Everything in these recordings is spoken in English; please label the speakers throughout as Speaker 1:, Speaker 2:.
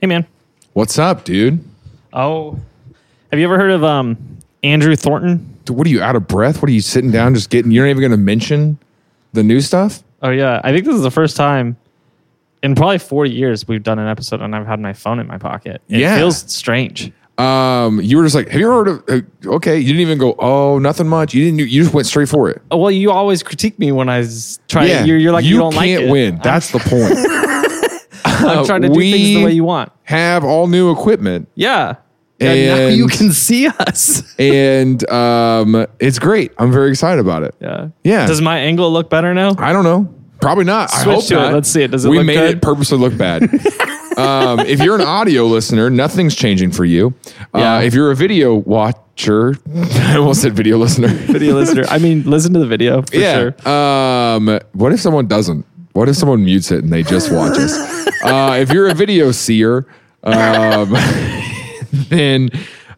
Speaker 1: Hey, man.
Speaker 2: What's up, dude?
Speaker 1: Oh, have you ever heard of um, Andrew Thornton?
Speaker 2: Dude, What are you out of breath? What are you sitting down just getting? You're not even going to mention the new stuff.
Speaker 1: Oh, yeah. I think this is the first time in probably four years we've done an episode and I've had my phone in my pocket. It
Speaker 2: Yeah.
Speaker 1: feels strange.
Speaker 2: Um, you were just like, have you heard of? uh, Okay, you didn't even go. Oh, nothing much. You didn't. do- You just went straight for it.
Speaker 1: Oh, well, you always critique me when I s- try. Oh, You're, you're like, you, don't like
Speaker 2: can't
Speaker 1: it.
Speaker 2: win. That's the point.
Speaker 1: I'm trying to do
Speaker 2: we-
Speaker 1: things the way you want.
Speaker 2: Have all new equipment,
Speaker 1: Yeah. And now
Speaker 2: And-
Speaker 1: you can see us.
Speaker 2: and um, it's great. I'm very excited about it.
Speaker 1: Yeah.
Speaker 2: Yeah.
Speaker 1: Does my angle look better now?
Speaker 2: I don't know. Probably not. I
Speaker 1: Switch
Speaker 2: hope
Speaker 1: to it.
Speaker 2: not.
Speaker 1: Let's see it. Does it
Speaker 2: we
Speaker 1: look
Speaker 2: made
Speaker 1: good?
Speaker 2: it purposely look bad. um, if you're an audio listener, nothing's changing for you. Uh,
Speaker 1: Yeah.
Speaker 2: If you're a video watcher, I almost said video listener.
Speaker 1: Video listener. I mean, listen to the video for
Speaker 2: yeah.
Speaker 1: sure.
Speaker 2: Um, what if someone doesn't? What if someone mutes it and they just watch us? Uh, if you're a video seer, um, then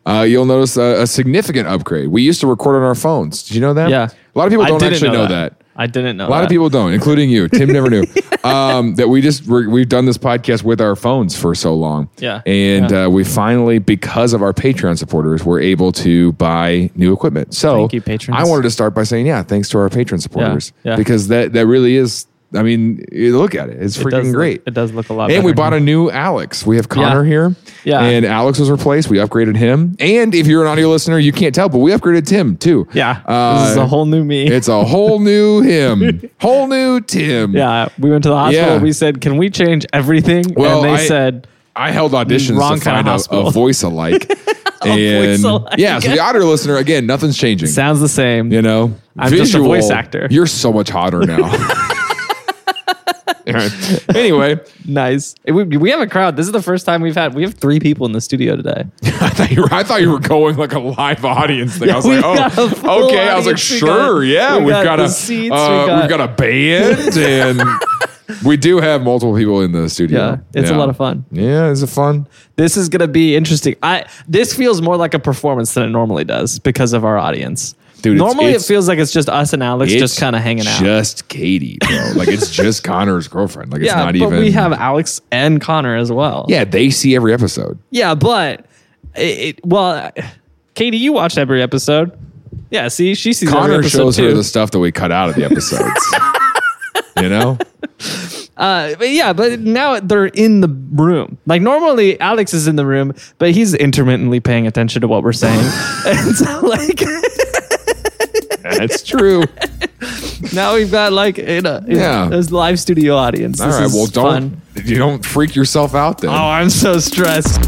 Speaker 2: uh, you'll notice a, a significant upgrade. We used to record on our phones. Did you know that?
Speaker 1: Yeah.
Speaker 2: A lot of people
Speaker 1: I
Speaker 2: don't
Speaker 1: didn't
Speaker 2: actually know that.
Speaker 1: I didn't know
Speaker 2: A lot of people don't, including you. Tim never knew um, that we just we're, we've done this podcast with our phones for so long.
Speaker 1: Yeah.
Speaker 2: and
Speaker 1: Yeah.
Speaker 2: Uh, we finally, because of our Patreon supporters, were able to buy new equipment. So
Speaker 1: Thank you, patrons.
Speaker 2: I wanted to start by saying, yeah, thanks to our patron supporters
Speaker 1: yeah.
Speaker 2: because that that really is. I mean, you look at it; it's
Speaker 1: It does
Speaker 2: freaking
Speaker 1: look-
Speaker 2: great.
Speaker 1: it does look a lot
Speaker 2: And we
Speaker 1: better
Speaker 2: bought a new Alex. We have Connor here.
Speaker 1: Yeah.
Speaker 2: And Alex was replaced. We upgraded him. And if you're an audio listener, you can't tell, but we upgraded Tim too.
Speaker 1: Yeah.
Speaker 2: Uh,
Speaker 1: this is a whole new me.
Speaker 2: it's a whole new him, whole new Tim.
Speaker 1: yeah. We went to the hospital.
Speaker 2: Yeah.
Speaker 1: We said, can we change everything?
Speaker 2: Well,
Speaker 1: and they
Speaker 2: I-
Speaker 1: said,
Speaker 2: I held auditions
Speaker 1: Wrong
Speaker 2: to
Speaker 1: kinda
Speaker 2: find out a,
Speaker 1: hospital.
Speaker 2: voice alike. and
Speaker 1: alike.
Speaker 2: yeah, so the audio listener again, nothing's changing.
Speaker 1: sounds the same.
Speaker 2: you know,
Speaker 1: I'm just a voice actor.
Speaker 2: You're so much hotter now. All right. Anyway,
Speaker 1: Nice. It- we, we have a crowd. This is the first time we've had, we have three people in the studio today.
Speaker 2: I thought, you were, I thought you were going like a live audience thing. I was
Speaker 1: we
Speaker 2: like,
Speaker 1: got
Speaker 2: oh,
Speaker 1: a full
Speaker 2: okay. I was like,
Speaker 1: audience. We got-
Speaker 2: sure, yeah.
Speaker 1: we
Speaker 2: We have
Speaker 1: got
Speaker 2: got,
Speaker 1: the
Speaker 2: a
Speaker 1: seats, we
Speaker 2: uh,
Speaker 1: got-
Speaker 2: we've got a band, and we do have multiple people in the studio.
Speaker 1: Yeah, it's a lot of fun.
Speaker 2: Yeah, it's a fun.
Speaker 1: This is going to be interesting. I, this feels more like a performance than it normally does because of our audience.
Speaker 2: Dude, it's-
Speaker 1: normally
Speaker 2: it's-
Speaker 1: it feels like it's just us and Alex
Speaker 2: It's
Speaker 1: just kind of hanging out.
Speaker 2: Just Katie, bro. Like it's just Connor's girlfriend. Like it's
Speaker 1: yeah,
Speaker 2: not
Speaker 1: but
Speaker 2: even.
Speaker 1: we have Alex and Connor as well.
Speaker 2: Yeah, they see every episode.
Speaker 1: Yeah, but it, it- well, Katie, you watched every episode. Yeah, see, she sees every
Speaker 2: Connor
Speaker 1: episode
Speaker 2: shows
Speaker 1: too.
Speaker 2: her the stuff that we cut out of the episodes. you know,
Speaker 1: Uh, but yeah, but now they're in the room. Like normally, Alex is in the room, but he's intermittently paying attention to what we're saying, and so like
Speaker 2: that's true.
Speaker 1: now we've got like in a in
Speaker 2: Yeah.
Speaker 1: a live studio audience.
Speaker 2: All
Speaker 1: This
Speaker 2: right,
Speaker 1: is
Speaker 2: well, don't
Speaker 1: fun.
Speaker 2: you don't freak yourself out then.
Speaker 1: Oh, I'm so stressed.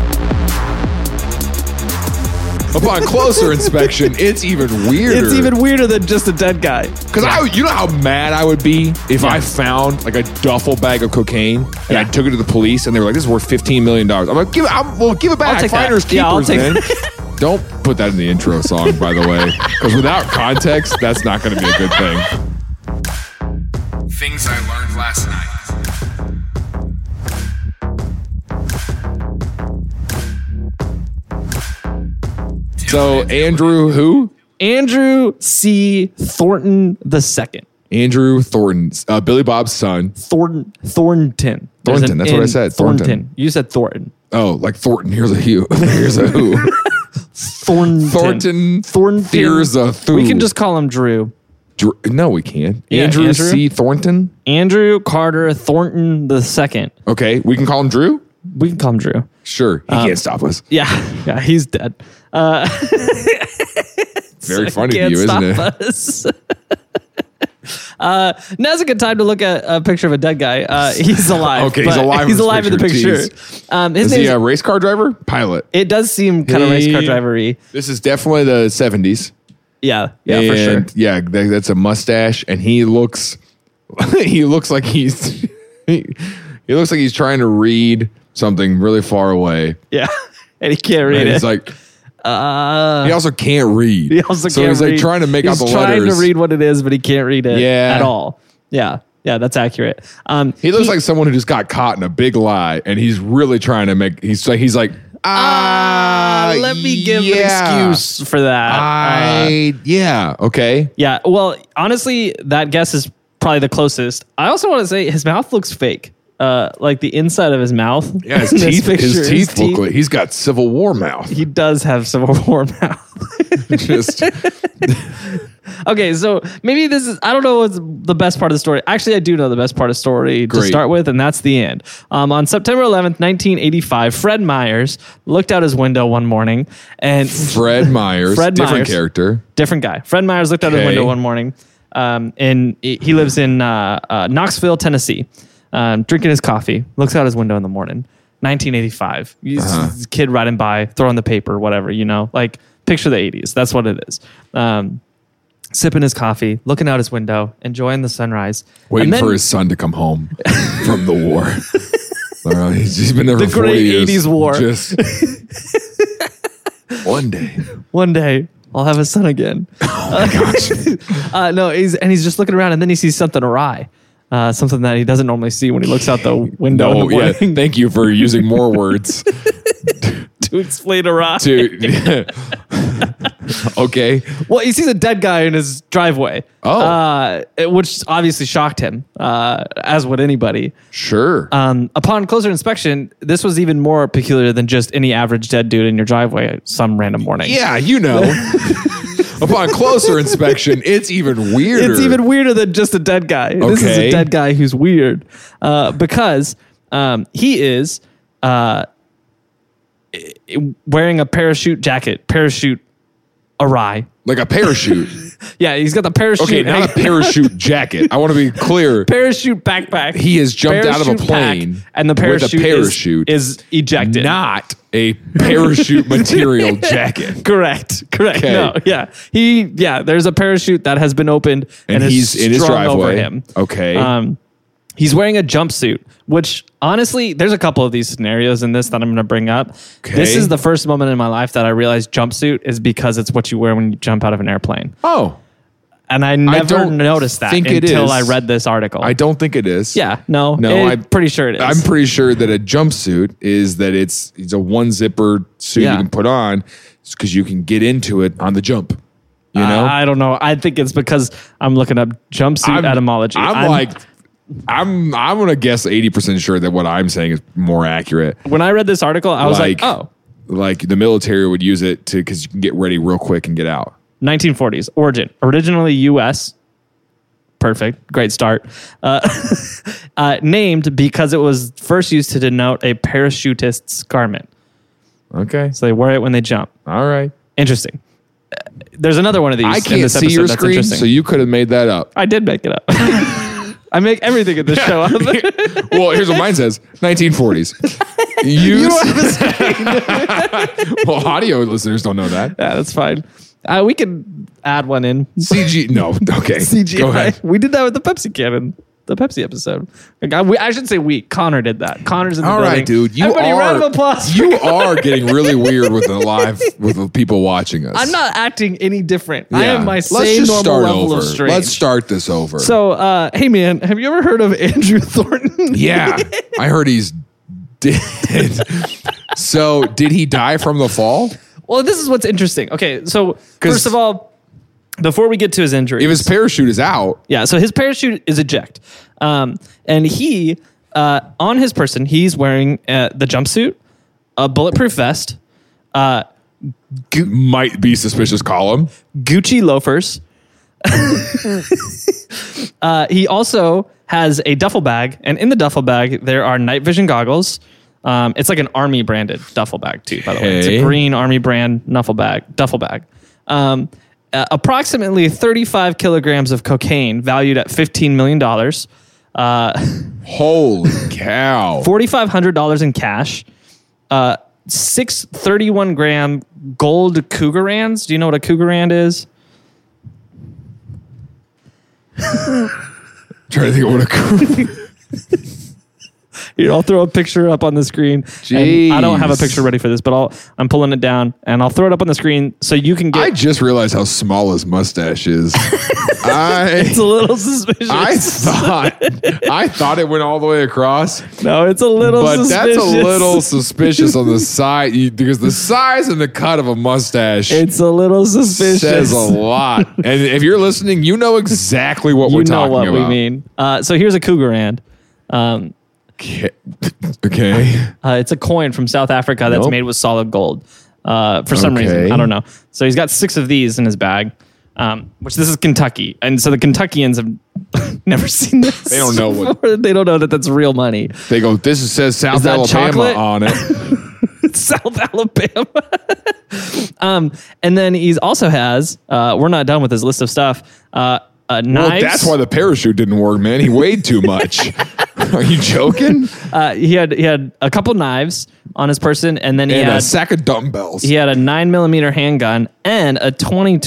Speaker 2: Upon closer inspection, it's even weirder.
Speaker 1: It's even weirder than just a dead guy.
Speaker 2: because I, you know how mad I would be if I found like a duffel bag of cocaine and I took it to the police and they were like, "This is worth fifteen million dollars." I'm like, "Give it, I'm, well, give it back,
Speaker 1: take that.
Speaker 2: finders
Speaker 1: Yeah, I'll
Speaker 2: keepers,
Speaker 1: take-
Speaker 2: man." Don't put that in the intro song, by the way, because without context, that's not going to be a good thing.
Speaker 3: Things I learned last night.
Speaker 2: So Andrew, who?
Speaker 1: Andrew C. Thornton the second.
Speaker 2: Andrew Thornton, uh, Billy Bob's son.
Speaker 1: Thornton. Thornton. There's
Speaker 2: Thornton,
Speaker 1: an
Speaker 2: that's what I
Speaker 1: N.
Speaker 2: said, Thornton.
Speaker 1: You said Thornton.
Speaker 2: Oh, like Thornton. Here's a who. Here's a who.
Speaker 1: Thornton.
Speaker 2: Thornton.
Speaker 1: Thornton.
Speaker 2: Here's a who.
Speaker 1: We can just call him Drew.
Speaker 2: Dr- no, we can't.
Speaker 1: Yeah,
Speaker 2: Andrew,
Speaker 1: Andrew.
Speaker 2: C. Thornton.
Speaker 1: Andrew Carter Thornton the second.
Speaker 2: Okay, we can call him Drew.
Speaker 1: We can call him Drew.
Speaker 2: Sure, he
Speaker 1: Um,
Speaker 2: can't stop us.
Speaker 1: Yeah. Yeah. He's dead.
Speaker 2: Very
Speaker 1: It
Speaker 2: funny of
Speaker 1: can't
Speaker 2: you, isn't it?
Speaker 1: stop Us. Uh, now's a good time to look at a picture of a dead guy. Uh, he's alive.
Speaker 2: Okay, he's
Speaker 1: but
Speaker 2: alive in
Speaker 1: He's
Speaker 2: this
Speaker 1: alive in the
Speaker 2: picture,
Speaker 1: picture. Um, his
Speaker 2: Is he
Speaker 1: name's,
Speaker 2: a race car driver? Pilot.
Speaker 1: it does seem kind of race car
Speaker 2: He-
Speaker 1: drivery.
Speaker 2: This is definitely the seventies.
Speaker 1: Yeah, yeah, for sure.
Speaker 2: And, Yeah, that, that's a mustache, and he looks he looks like he's he, he looks like he's trying to read something really far away.
Speaker 1: Yeah, and he can't read
Speaker 2: And
Speaker 1: it. Uh,
Speaker 2: he's like he also can't read.
Speaker 1: He also
Speaker 2: so
Speaker 1: can't
Speaker 2: he's like
Speaker 1: read.
Speaker 2: trying to make
Speaker 1: he's
Speaker 2: out the
Speaker 1: trying
Speaker 2: letters.
Speaker 1: to read what it is, but he can't read it
Speaker 2: Yeah.
Speaker 1: at all. Yeah, yeah, that's accurate. Um,
Speaker 2: He looks like someone who just got caught in a big lie, and he's really trying to make. He's like he's like ah,
Speaker 1: uh, let me give
Speaker 2: yeah,
Speaker 1: an excuse for that. Uh,
Speaker 2: I yeah okay.
Speaker 1: yeah. Well, honestly, that guess is probably the closest. I also want to say his mouth looks fake. uh, like the inside of his mouth.
Speaker 2: Yeah, his
Speaker 1: in this
Speaker 2: teeth,
Speaker 1: picture.
Speaker 2: his teeth look like he's got Civil War mouth.
Speaker 1: He does have Civil War mouth.
Speaker 2: Just
Speaker 1: okay, so maybe this is I don't know what's the best part of the story. Actually, I do know the best part of the story to
Speaker 2: Great.
Speaker 1: start with, and that's the end. Um, on September 11th, 1985, Fred Myers looked out his window one morning and
Speaker 2: Fred Myers,
Speaker 1: Fred
Speaker 2: different
Speaker 1: Myers.
Speaker 2: character.
Speaker 1: different guy. Fred Myers looked out his
Speaker 2: Okay.
Speaker 1: window one morning, um, and he he lives in uh, uh, Knoxville, Tennessee, um, drinking his coffee. Looks out his window in the morning, 1985. You s-
Speaker 2: Uh-huh.
Speaker 1: Kid riding by, throwing the paper, whatever you know. Like picture the 80s. That's what it is. Um, sipping his coffee, looking out his window, enjoying the sunrise.
Speaker 2: waiting
Speaker 1: And then
Speaker 2: for his son to come home from the war. I don't know, he's, he's been there for
Speaker 1: The
Speaker 2: 40
Speaker 1: great
Speaker 2: years.
Speaker 1: 80s war.
Speaker 2: Just one day.
Speaker 1: one day. I'll have a son again.
Speaker 2: Oh
Speaker 1: uh, no, he's and he's just looking around, and then he sees something awry, uh, something that he doesn't normally see when he looks out the window. in the
Speaker 2: No, yeah.
Speaker 1: morning.
Speaker 2: Thank you for using more words
Speaker 1: to explain a rock.
Speaker 2: to. okay,
Speaker 1: Well, he sees a dead guy in his driveway.
Speaker 2: Oh.
Speaker 1: Uh, it- which obviously shocked him, uh, as would anybody.
Speaker 2: sure.
Speaker 1: Um, upon closer inspection, this was even more peculiar than just any average dead dude in your driveway some random morning.
Speaker 2: yeah, you know. Upon closer inspection, it's even weirder.
Speaker 1: It's even weirder than just a dead guy. This is a
Speaker 2: Okay.
Speaker 1: dead guy who's weird uh, because um, he is uh, i- i- wearing a parachute jacket, parachute awry.
Speaker 2: like a parachute.
Speaker 1: Yeah, he's got the parachute.
Speaker 2: Okay, not a
Speaker 1: hanging-
Speaker 2: parachute jacket. I want to be clear.
Speaker 1: parachute backpack.
Speaker 2: He has jumped out of a
Speaker 1: Parachute pack,
Speaker 2: plane
Speaker 1: and the
Speaker 2: with a
Speaker 1: parachute, is-
Speaker 2: parachute.
Speaker 1: Is, ejected.
Speaker 2: Not a parachute material jacket.
Speaker 1: correct. Correct.
Speaker 2: Okay.
Speaker 1: No. Yeah. He. Yeah. There's a parachute that has been opened and,
Speaker 2: And
Speaker 1: is
Speaker 2: he's in his
Speaker 1: strung Over
Speaker 2: driveway.
Speaker 1: him.
Speaker 2: Okay.
Speaker 1: Um, he's wearing a jumpsuit, which honestly, there's a couple of these scenarios in this that I'm going to bring up. This
Speaker 2: Okay.
Speaker 1: is the first moment in my life that I realized jumpsuit is because it's what you wear when you jump out of an airplane,
Speaker 2: Oh,
Speaker 1: and I never
Speaker 2: don't
Speaker 1: noticed that
Speaker 2: think it
Speaker 1: until
Speaker 2: is.
Speaker 1: I read this article.
Speaker 2: I don't think it is.
Speaker 1: yeah. No.
Speaker 2: No,
Speaker 1: it-
Speaker 2: I'm-
Speaker 1: pretty sure it is.
Speaker 2: I'm pretty sure that a jumpsuit is that it's it's a one zipper suit
Speaker 1: Yeah.
Speaker 2: you can put on because you can get into it on the jump. You know,
Speaker 1: Uh, I don't know. I think it's because I'm looking up jumpsuit etymology.
Speaker 2: I'm, like, I'm I'm gonna guess eighty percent sure that what I'm saying is more accurate.
Speaker 1: when I read this article, I was like, oh,
Speaker 2: like the military would use it to because you can get ready real quick and get out.
Speaker 1: 1940s origin, originally U.S. Perfect, great start. Uh, uh, named because it was first used to denote a parachutist's garment,
Speaker 2: Okay,
Speaker 1: so they wear it when they jump.
Speaker 2: all right.
Speaker 1: Interesting. Uh, There's another one of these.
Speaker 2: I
Speaker 1: in
Speaker 2: can't
Speaker 1: this
Speaker 2: see
Speaker 1: episode
Speaker 2: your
Speaker 1: that's
Speaker 2: screen,
Speaker 1: interesting.
Speaker 2: so you could have made that up.
Speaker 1: I did make it up. I make everything in this show up.
Speaker 2: well, here's what mine says: 1940s. You, well, audio listeners don't know that.
Speaker 1: yeah, that's fine. Uh, we can add one in.
Speaker 2: CG. No. Okay.
Speaker 1: CGI.
Speaker 2: Go ahead.
Speaker 1: We did that with the Pepsi cannon, the Pepsi episode. Like, I, we, I should say we. Connor did that. Connor's in the
Speaker 2: All
Speaker 1: building.
Speaker 2: right, dude. You
Speaker 1: Everybody,
Speaker 2: are.
Speaker 1: round of applause.
Speaker 2: You are getting really weird with the live with the people watching us.
Speaker 1: I'm not acting any different. I
Speaker 2: Yeah.
Speaker 1: am my
Speaker 2: Let's
Speaker 1: same normal
Speaker 2: just start
Speaker 1: level
Speaker 2: over.
Speaker 1: of strange.
Speaker 2: Let's start this over.
Speaker 1: So, uh, hey man, have you ever heard of Andrew Thornton?
Speaker 2: yeah, I heard he's dead. so did he die from the fall?
Speaker 1: well, this is what's interesting. Okay, so
Speaker 2: 'Cause-
Speaker 1: first of all, before we get to his injury,
Speaker 2: If his parachute is out,
Speaker 1: Yeah, so his parachute is eject. Um, and he, uh, on his person, he's wearing uh, the jumpsuit, a bulletproof vest, uh,
Speaker 2: g- might be suspicious column.
Speaker 1: Gucci loafers. uh, he also has a duffel bag, and in the duffel bag, there are night vision goggles. Um, it's like an army branded duffel bag, too, by the way. It's a
Speaker 2: Okay.
Speaker 1: green army brand duffel bag. Duffel bag. Um, uh, approximately 35 kilograms of cocaine valued at $15 million. Uh,
Speaker 2: Holy cow!
Speaker 1: forty-five hundred dollars in cash, uh, six thirty-one gram gold cougarans. Do you know what a cougaran is?
Speaker 2: trying to think of what a
Speaker 1: Here, I'll throw a picture up on the screen. And I don't have a
Speaker 2: Jeez.
Speaker 1: picture ready for this, but I'll I'm pulling it down and I'll throw it up on the screen so you can get.
Speaker 2: I just realized how small his mustache is.
Speaker 1: it's a
Speaker 2: I
Speaker 1: little suspicious.
Speaker 2: I thought I thought it went all the way across,
Speaker 1: no, it's a little.
Speaker 2: but
Speaker 1: suspicious.
Speaker 2: that's a little suspicious on the side you- because the size and the cut of a mustache
Speaker 1: It's a little suspicious.
Speaker 2: says a lot. And if you're listening, you know exactly what
Speaker 1: you
Speaker 2: we're
Speaker 1: know
Speaker 2: talking
Speaker 1: what we
Speaker 2: about.
Speaker 1: mean. Uh, so here's a cougarand. Um,
Speaker 2: Okay. okay.
Speaker 1: Uh, it's a coin from South Africa that's
Speaker 2: Nope.
Speaker 1: made with solid gold. Uh, for some
Speaker 2: Okay.
Speaker 1: reason, I don't know. So he's got six of these in his bag, um, which this is Kentucky, and so the Kentuckians have never seen this. They
Speaker 2: don't know what-
Speaker 1: they don't know that that's real money.
Speaker 2: They go, this is- says South
Speaker 1: that
Speaker 2: Alabama
Speaker 1: chocolate?
Speaker 2: on it.
Speaker 1: South Alabama. um, and then he's also has. Uh, we're not done with his list of stuff. Uh, uh,
Speaker 2: well,
Speaker 1: knives.
Speaker 2: that's why the parachute didn't work, man. He weighed too much. Are you joking?
Speaker 1: uh, he had he had a couple knives on his person, and then he
Speaker 2: And
Speaker 1: had
Speaker 2: a sack of dumbbells.
Speaker 1: he had a nine millimeter handgun and a 20,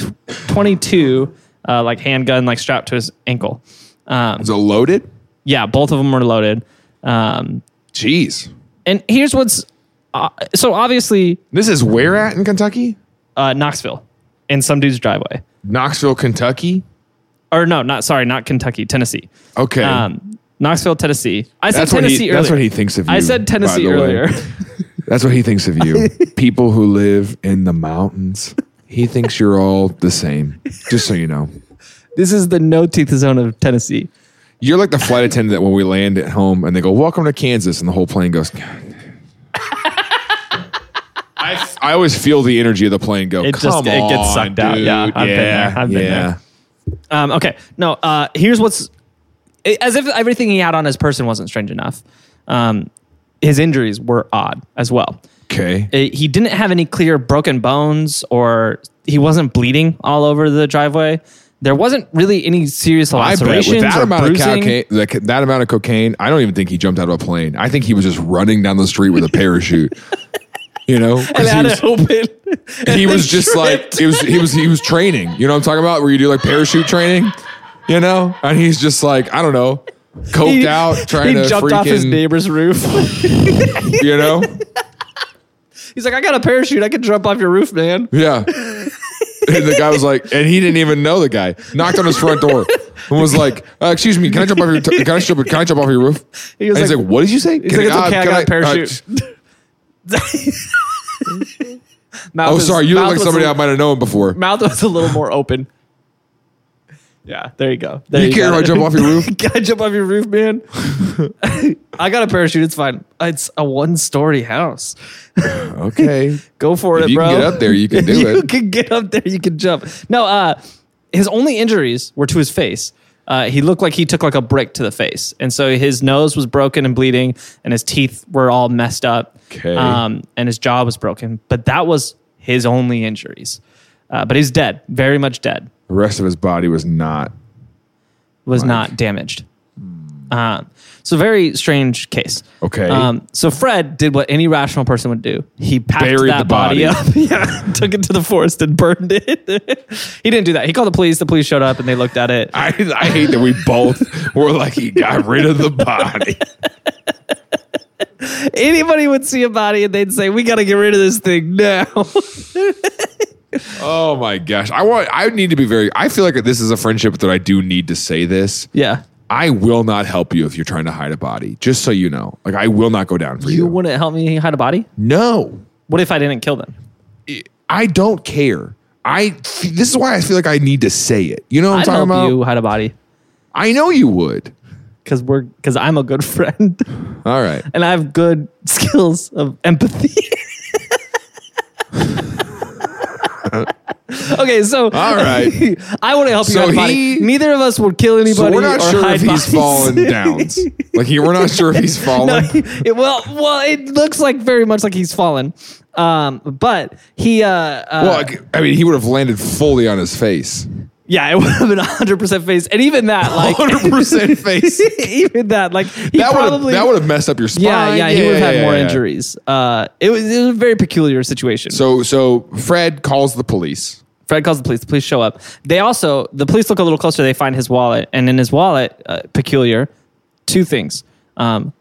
Speaker 1: 22 uh, like handgun like strapped to his ankle. Um,
Speaker 2: Is it loaded?
Speaker 1: yeah, both of them were loaded. Um,
Speaker 2: Jeez.
Speaker 1: and here's what's uh, so obviously
Speaker 2: This is where at in Kentucky?
Speaker 1: uh, Knoxville in some dude's driveway.
Speaker 2: Knoxville, Kentucky.
Speaker 1: Or no, not sorry, not Kentucky, Tennessee.
Speaker 2: Okay.
Speaker 1: Um, Knoxville, Tennessee. I said
Speaker 2: that's what,
Speaker 1: Tennessee
Speaker 2: he,
Speaker 1: earlier.
Speaker 2: that's what he thinks of you.
Speaker 1: I said
Speaker 2: by
Speaker 1: Tennessee
Speaker 2: the way.
Speaker 1: earlier.
Speaker 2: That's what he thinks of you. People who live in the mountains. He thinks you're all the same. Just so you know.
Speaker 1: this is the no teeth zone of Tennessee.
Speaker 2: You're like the flight attendant that when we land at home and they go, Welcome to Kansas. And the whole plane goes, I, I always feel the energy of the plane go,
Speaker 1: It just-
Speaker 2: Come
Speaker 1: it gets
Speaker 2: on,
Speaker 1: sucked out.
Speaker 2: dude.
Speaker 1: Yeah, I've been there. I've been there. Um, okay. No, uh, here's what's i- as if everything he had on his person wasn't strange enough. Um, his injuries were odd as well.
Speaker 2: Okay.
Speaker 1: I- he didn't have any clear broken bones or he wasn't bleeding all over the driveway. There wasn't really any serious
Speaker 2: I bet with
Speaker 1: lacerations
Speaker 2: that
Speaker 1: or
Speaker 2: amount of
Speaker 1: bruising.
Speaker 2: cocaine, that, that amount of cocaine, I don't even think he jumped out of a plane. I think he was just running down the street with a parachute. you know, 'Cause
Speaker 1: And
Speaker 2: he
Speaker 1: had
Speaker 2: was-
Speaker 1: it open. and
Speaker 2: he
Speaker 1: then
Speaker 2: was just
Speaker 1: tripped.
Speaker 2: like it was he was he was training. You know what I'm talking about? Where you do like parachute training, you know? And he's just like, I don't know, coked
Speaker 1: He-
Speaker 2: out, trying
Speaker 1: he
Speaker 2: to
Speaker 1: jumped
Speaker 2: freaking,
Speaker 1: off his neighbor's roof.
Speaker 2: you know?
Speaker 1: He's like, I got a parachute. I can jump off your roof, man.
Speaker 2: Yeah. And the guy was like, and he didn't even know the guy. Knocked on his front door and was like, uh, "Excuse me, can I jump off your t- can I jump can I jump off your roof?"
Speaker 1: He was
Speaker 2: and he's
Speaker 1: like-
Speaker 2: like, "What did you say?" uh,
Speaker 1: He's like, it's okay. I, got a parachute. Mouth
Speaker 2: oh,
Speaker 1: is-
Speaker 2: sorry, you look
Speaker 1: mouth
Speaker 2: like
Speaker 1: was
Speaker 2: somebody
Speaker 1: a-
Speaker 2: I might have known before.
Speaker 1: mouth was a little more open. Yeah, there you go. There
Speaker 2: You care if
Speaker 1: got
Speaker 2: I
Speaker 1: it.
Speaker 2: jump off your roof?
Speaker 1: Can I jump off your roof, man? I got a parachute. It's fine. It's a one-story house.
Speaker 2: Okay,
Speaker 1: Go for it,
Speaker 2: you
Speaker 1: bro.
Speaker 2: can get up there. You can do
Speaker 1: you
Speaker 2: it.
Speaker 1: can get up there. You can jump. No, uh, his only injuries were to his face. Uh, he looked like he took like a brick to the face, and so his nose was broken and bleeding, and his teeth were all messed up,
Speaker 2: Okay.
Speaker 1: um, and his jaw was broken. But that was his only injuries. Uh, but he's dead, very much dead.
Speaker 2: The rest of his body was not
Speaker 1: Was not damaged. Um, so very strange case.
Speaker 2: Okay.
Speaker 1: Um, so Fred did what any rational person would do. He packed
Speaker 2: Buried
Speaker 1: that
Speaker 2: the body.
Speaker 1: up, yeah, took it to the forest and burned it. he didn't do that. He called the police. The police showed up and they looked at it.
Speaker 2: I, I hate that we both were like he got rid of the body.
Speaker 1: Anybody would see a body and they'd say, "We got to get rid of this thing now."
Speaker 2: Oh my gosh. I want I need to be very I feel like this is a friendship that I do need to say this.
Speaker 1: yeah,
Speaker 2: I will not help you if you're trying to hide a body, just so you know. Like I will not go down for you.
Speaker 1: you wouldn't help me hide a body.
Speaker 2: no.
Speaker 1: What if I didn't kill them?
Speaker 2: I don't care. I this is why I feel like I need to say it. You know what I'm
Speaker 1: I'd
Speaker 2: talking
Speaker 1: help
Speaker 2: about?
Speaker 1: you hide a body
Speaker 2: I know you would.
Speaker 1: because we're because I'm a good friend
Speaker 2: All right.
Speaker 1: and I have good skills of empathy. okay, so
Speaker 2: All right.
Speaker 1: I want to help you
Speaker 2: So
Speaker 1: hide a body.
Speaker 2: he-
Speaker 1: Neither of us would kill anybody.
Speaker 2: So we're not
Speaker 1: or
Speaker 2: sure
Speaker 1: hide
Speaker 2: if
Speaker 1: bodies.
Speaker 2: he's fallen downs. Like he, we're not sure if he's fallen.
Speaker 1: no, he- it- well, well, it looks like very much like he's fallen. Um, but he, uh, uh
Speaker 2: well, like, I mean, he would have landed fully on his face.
Speaker 1: yeah, it would have been hundred percent face, and even that, like
Speaker 2: 100% face.
Speaker 1: even that, like he
Speaker 2: That would
Speaker 1: probably
Speaker 2: that would have messed up your spine.
Speaker 1: yeah, yeah, he would have had
Speaker 2: yeah,
Speaker 1: more
Speaker 2: yeah.
Speaker 1: injuries. Uh, it was it was a very peculiar situation.
Speaker 2: So so Fred calls the police.
Speaker 1: Fred calls the police. The police show up. They also the police look a little closer. They find his wallet, and in his wallet, uh, peculiar, two things. Um,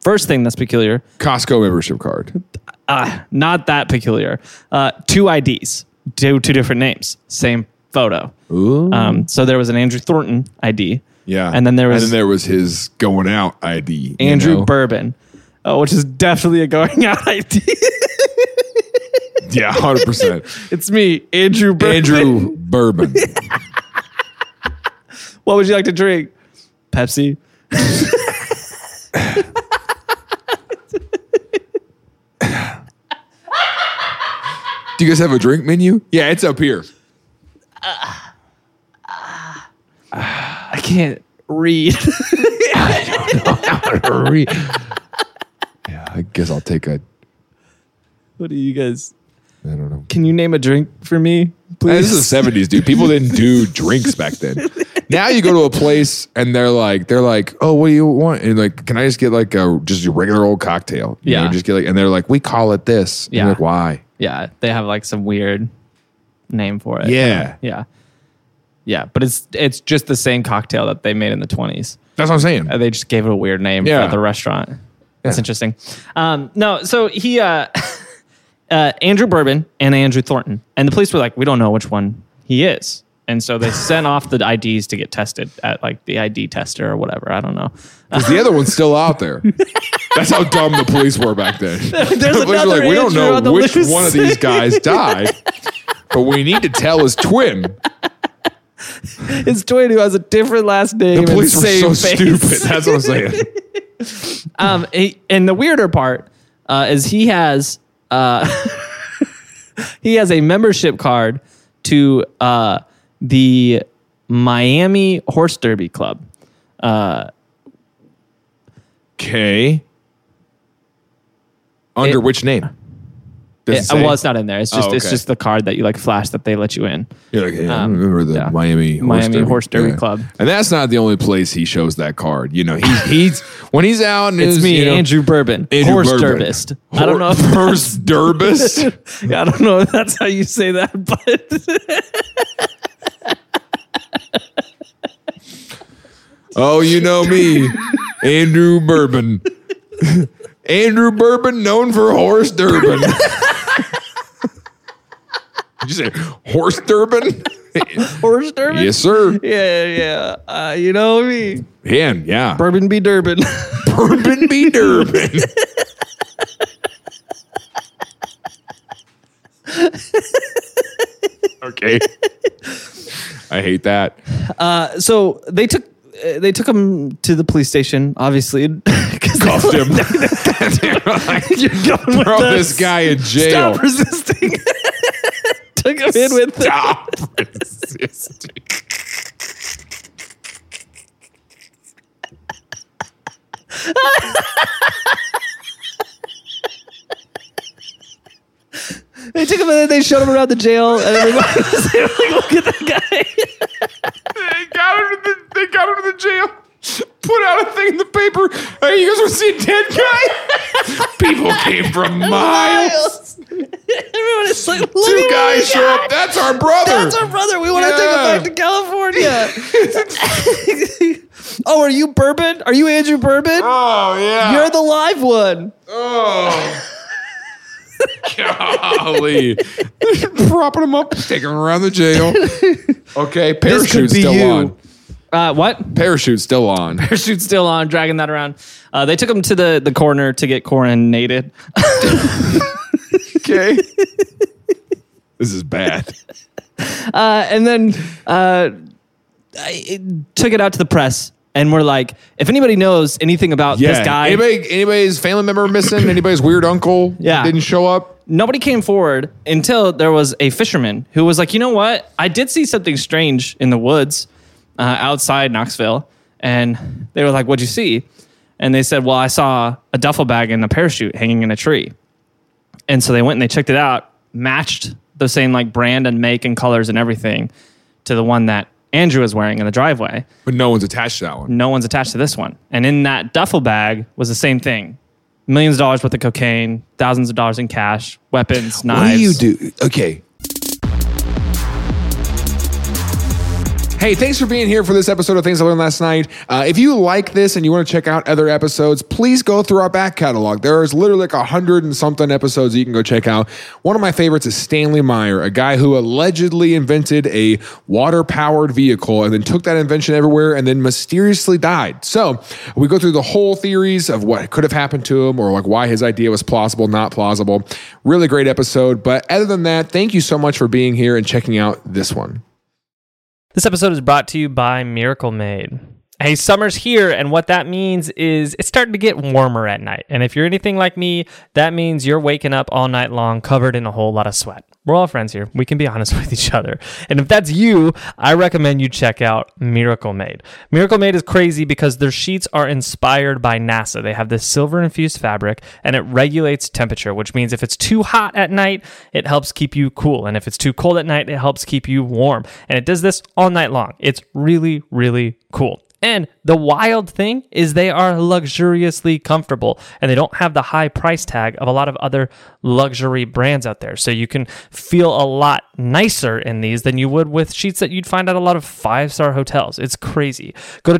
Speaker 1: first thing that's peculiar,
Speaker 2: Costco membership card.
Speaker 1: uh, not that peculiar. Uh, two IDs, two two different names, same photo. Ooh. Um, so there was an Andrew Thornton ID.
Speaker 2: Yeah.
Speaker 1: and then there was
Speaker 2: and then there was his going out ID. you
Speaker 1: Andrew
Speaker 2: know?
Speaker 1: Bourbon, uh, which is definitely a going out ID.
Speaker 2: Yeah, hundred percent.
Speaker 1: it's me, Andrew Bourbon.
Speaker 2: Andrew Bourbon.
Speaker 1: what would you like to drink? Pepsi.
Speaker 2: Do you guys have a drink menu? Yeah, it's up here.
Speaker 1: I can't read.
Speaker 2: Hurry. yeah, I guess I'll take a.
Speaker 1: what do you guys?
Speaker 2: I don't know.
Speaker 1: Can you name a drink for me,
Speaker 2: Man,
Speaker 1: please?
Speaker 2: this is the 70s, dude. People didn't do drinks back then. Now you go to a place and they're like, they're like, oh, what do you want? And like, can I just get like a just a regular old cocktail? You
Speaker 1: Yeah.
Speaker 2: know, just get like, and they're like, we call it this. And you're
Speaker 1: Yeah.
Speaker 2: like, why?
Speaker 1: yeah, they have like some weird name for it.
Speaker 2: Yeah.
Speaker 1: yeah, yeah. But it's it's just the same cocktail that they made in the twenties.
Speaker 2: That's what I'm saying.
Speaker 1: Uh, They just gave it a weird name
Speaker 2: Yeah.
Speaker 1: for the restaurant. That's interesting. Um, no, so he, uh, uh, Andrew Bourbon and Andrew Thornton, and the police were like, we don't know which one he is, and so they sent off the IDs to get tested at like the ID tester or whatever. I don't know.
Speaker 2: Because the other one's still out there. That's how dumb the police were back then.
Speaker 1: There's
Speaker 2: the police were
Speaker 1: another
Speaker 2: like, we don't
Speaker 1: Andrew
Speaker 2: know
Speaker 1: on the
Speaker 2: which
Speaker 1: loose."
Speaker 2: one of these guys died, but we need to tell his twin.
Speaker 1: It's twin who has a different last name.
Speaker 2: The police
Speaker 1: and
Speaker 2: were
Speaker 1: same
Speaker 2: so
Speaker 1: face.
Speaker 2: stupid. That's what I'm saying.
Speaker 1: Um, he- and the weirder part uh, is he has uh, he has a membership card to uh, the Miami Horse Derby Club.
Speaker 2: Okay. Under
Speaker 1: It-
Speaker 2: which name? Does Oh,
Speaker 1: It, well, it's not in there. It's just it's
Speaker 2: okay.
Speaker 1: just the card that you like flash that they let you in.
Speaker 2: You're like, yeah,
Speaker 1: um,
Speaker 2: I remember the
Speaker 1: yeah.
Speaker 2: Miami Horse
Speaker 1: Miami
Speaker 2: Derby,
Speaker 1: Horse Derby
Speaker 2: Yeah.
Speaker 1: Club.
Speaker 2: and that's not the only place he shows that card. You know, he's he's when he's out and
Speaker 1: It's
Speaker 2: is,
Speaker 1: me,
Speaker 2: you know,
Speaker 1: Andrew Bourbon,
Speaker 2: Andrew
Speaker 1: horse
Speaker 2: Bourbon.
Speaker 1: derbist. I don't
Speaker 2: Hor-
Speaker 1: know. If
Speaker 2: horse derbist.
Speaker 1: yeah, I don't know if that's how you say that, but
Speaker 2: Oh, you know me, Andrew Bourbon. Andrew Bourbon, known for horse Durbin. Did you say horse Durbin?
Speaker 1: horse derby.
Speaker 2: yes, sir.
Speaker 1: Yeah, yeah. yeah. Uh, you know me,
Speaker 2: Man, yeah.
Speaker 1: Bourbon be Durbin.
Speaker 2: Bourbon be Durbin. okay. I hate that.
Speaker 1: so they took uh, they took him to the police station, obviously. 'cause they
Speaker 2: Cuffed
Speaker 1: were
Speaker 2: him.
Speaker 1: You're going with
Speaker 2: Throw
Speaker 1: us.
Speaker 2: this guy in jail.
Speaker 1: Stop resisting. took him in with the-
Speaker 2: Stop resisting.
Speaker 1: They took him in. They showed him around the jail, and everybody was they were like, "Look at that guy."
Speaker 2: They got him to the, they got him to the jail. Put out a thing in the paper. Hey, you guys want to see a dead guy? People came from miles.
Speaker 1: Everyone is like, "Look
Speaker 2: Two
Speaker 1: at what
Speaker 2: guys
Speaker 1: we
Speaker 2: show
Speaker 1: got.
Speaker 2: up. That's our brother.
Speaker 1: That's our brother. We want to take
Speaker 2: Yeah.
Speaker 1: him back to California." oh, are you Bourbon? Are you Andrew Bourbon?
Speaker 2: oh yeah.
Speaker 1: You're the live one.
Speaker 2: oh. Golly. Propping him up, taking him around the jail. Okay, parachute's still on.
Speaker 1: Uh, what?
Speaker 2: Parachute's still on.
Speaker 1: Parachute's still on, dragging that around. Uh, they took him to the, the corner to get coronated.
Speaker 2: Okay. this is bad.
Speaker 1: Uh, and then uh, I, it- took it out to the press. And we're like, if anybody knows anything about this guy,
Speaker 2: Anybody, anybody's family member missing? anybody's weird uncle
Speaker 1: Yeah.
Speaker 2: didn't show up?
Speaker 1: nobody came forward until there was a fisherman who was like, you know what? I did see something strange in the woods uh, outside Knoxville. And they were like, what'd you see? And they said, well, I saw a duffel bag and a parachute hanging in a tree. And so they went and they checked it out, matched the same like brand and make and colors and everything to the one that Andrew was wearing in the driveway.
Speaker 2: But no one's attached to that one.
Speaker 1: No one's attached to this one. And in that duffel bag was the same thing. Millions of dollars worth of cocaine, thousands of dollars in cash, weapons, knives.
Speaker 2: do? Okay. Hey, thanks for being here for this episode of Things I Learned Last Night. Uh, if you like this and you want to check out other episodes, please go through our back catalog. There is literally like a hundred and something episodes you can go check out. One of my favorites is Stanley Meyer, a guy who allegedly invented a water powered vehicle and then took that invention everywhere and then mysteriously died. So we go through the whole theories of what could have happened to him or like why his idea was plausible, not plausible. Really great episode. But other than that, thank you so much for being here and checking out this one.
Speaker 1: This episode is brought to you by Miracle Made. Hey, summer's here, and what that means is it's starting to get warmer at night. And if you're anything like me, that means you're waking up all night long covered in a whole lot of sweat. We're all friends here. We can be honest with each other. And if that's you, I recommend you check out Miracle Made. Miracle Made is crazy because their sheets are inspired by NASA. They have this silver infused fabric and it regulates temperature, which means if it's too hot at night, it helps keep you cool. And if it's too cold at night, it helps keep you warm. And it does this all night long. It's really, really cool. And the wild thing is they are luxuriously comfortable and they don't have the high price tag of a lot of other luxury brands out there. So you can feel a lot nicer in these than you would with sheets that you'd find at a lot of five-star hotels. It's crazy. Go to